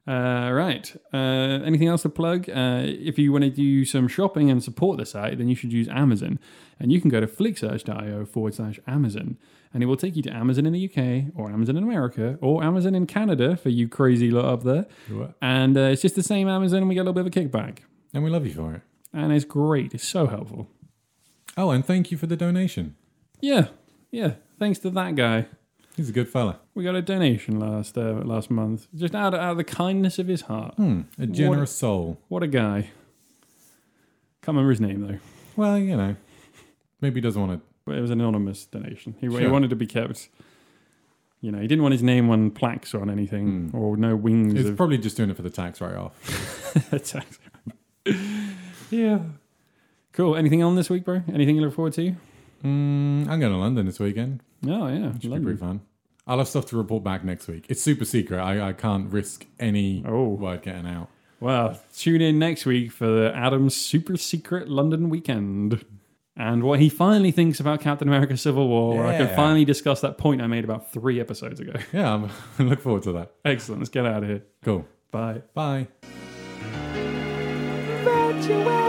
Speaker 2: Uh, right. Uh, anything else to plug? Uh, if you want to do some shopping and support the site, then you should use Amazon. And you can go to flicksearch.io forward slash Amazon. And it will take you to Amazon in the UK or Amazon in America or Amazon in Canada for you crazy lot up there.
Speaker 1: Right.
Speaker 2: And uh, it's just the same Amazon and we get a little bit of a kickback.
Speaker 1: And we love you for it.
Speaker 2: And it's great. It's so helpful.
Speaker 1: Oh, and thank you for the donation.
Speaker 2: Yeah. Yeah. Thanks to that guy.
Speaker 1: He's a good fella.
Speaker 2: We got a donation last uh, last month, just out of, out of the kindness of his heart.
Speaker 1: A generous soul.
Speaker 2: What a guy! Can't remember his name though,
Speaker 1: Well, you know, maybe he doesn't want to.
Speaker 2: but it was an anonymous donation. He, he
Speaker 1: Sure.
Speaker 2: wanted to be kept. You know, he didn't want his name on plaques or on anything,
Speaker 1: Hmm.
Speaker 2: or no wings
Speaker 1: He's
Speaker 2: of
Speaker 1: probably just doing it for the tax write off.
Speaker 2: attacks. yeah, cool. Anything on this week, bro? Anything you look forward to?
Speaker 1: Mm, I'm going to London this weekend.
Speaker 2: Oh yeah,
Speaker 1: Should
Speaker 2: London.
Speaker 1: be pretty fun. I'll have stuff to report back next week. It's super secret. I, I can't risk any
Speaker 2: Oh.
Speaker 1: word getting out.
Speaker 2: Well, tune in next week for the Adam's super secret London weekend and what he finally thinks about Captain America Civil War, where I can
Speaker 1: Yeah.
Speaker 2: finally discuss that point I made about three episodes ago.
Speaker 1: Yeah, I'm, I look forward to that.
Speaker 2: Excellent. Let's get out of here.
Speaker 1: Cool.
Speaker 2: Bye.
Speaker 1: Bye.
Speaker 3: Virtual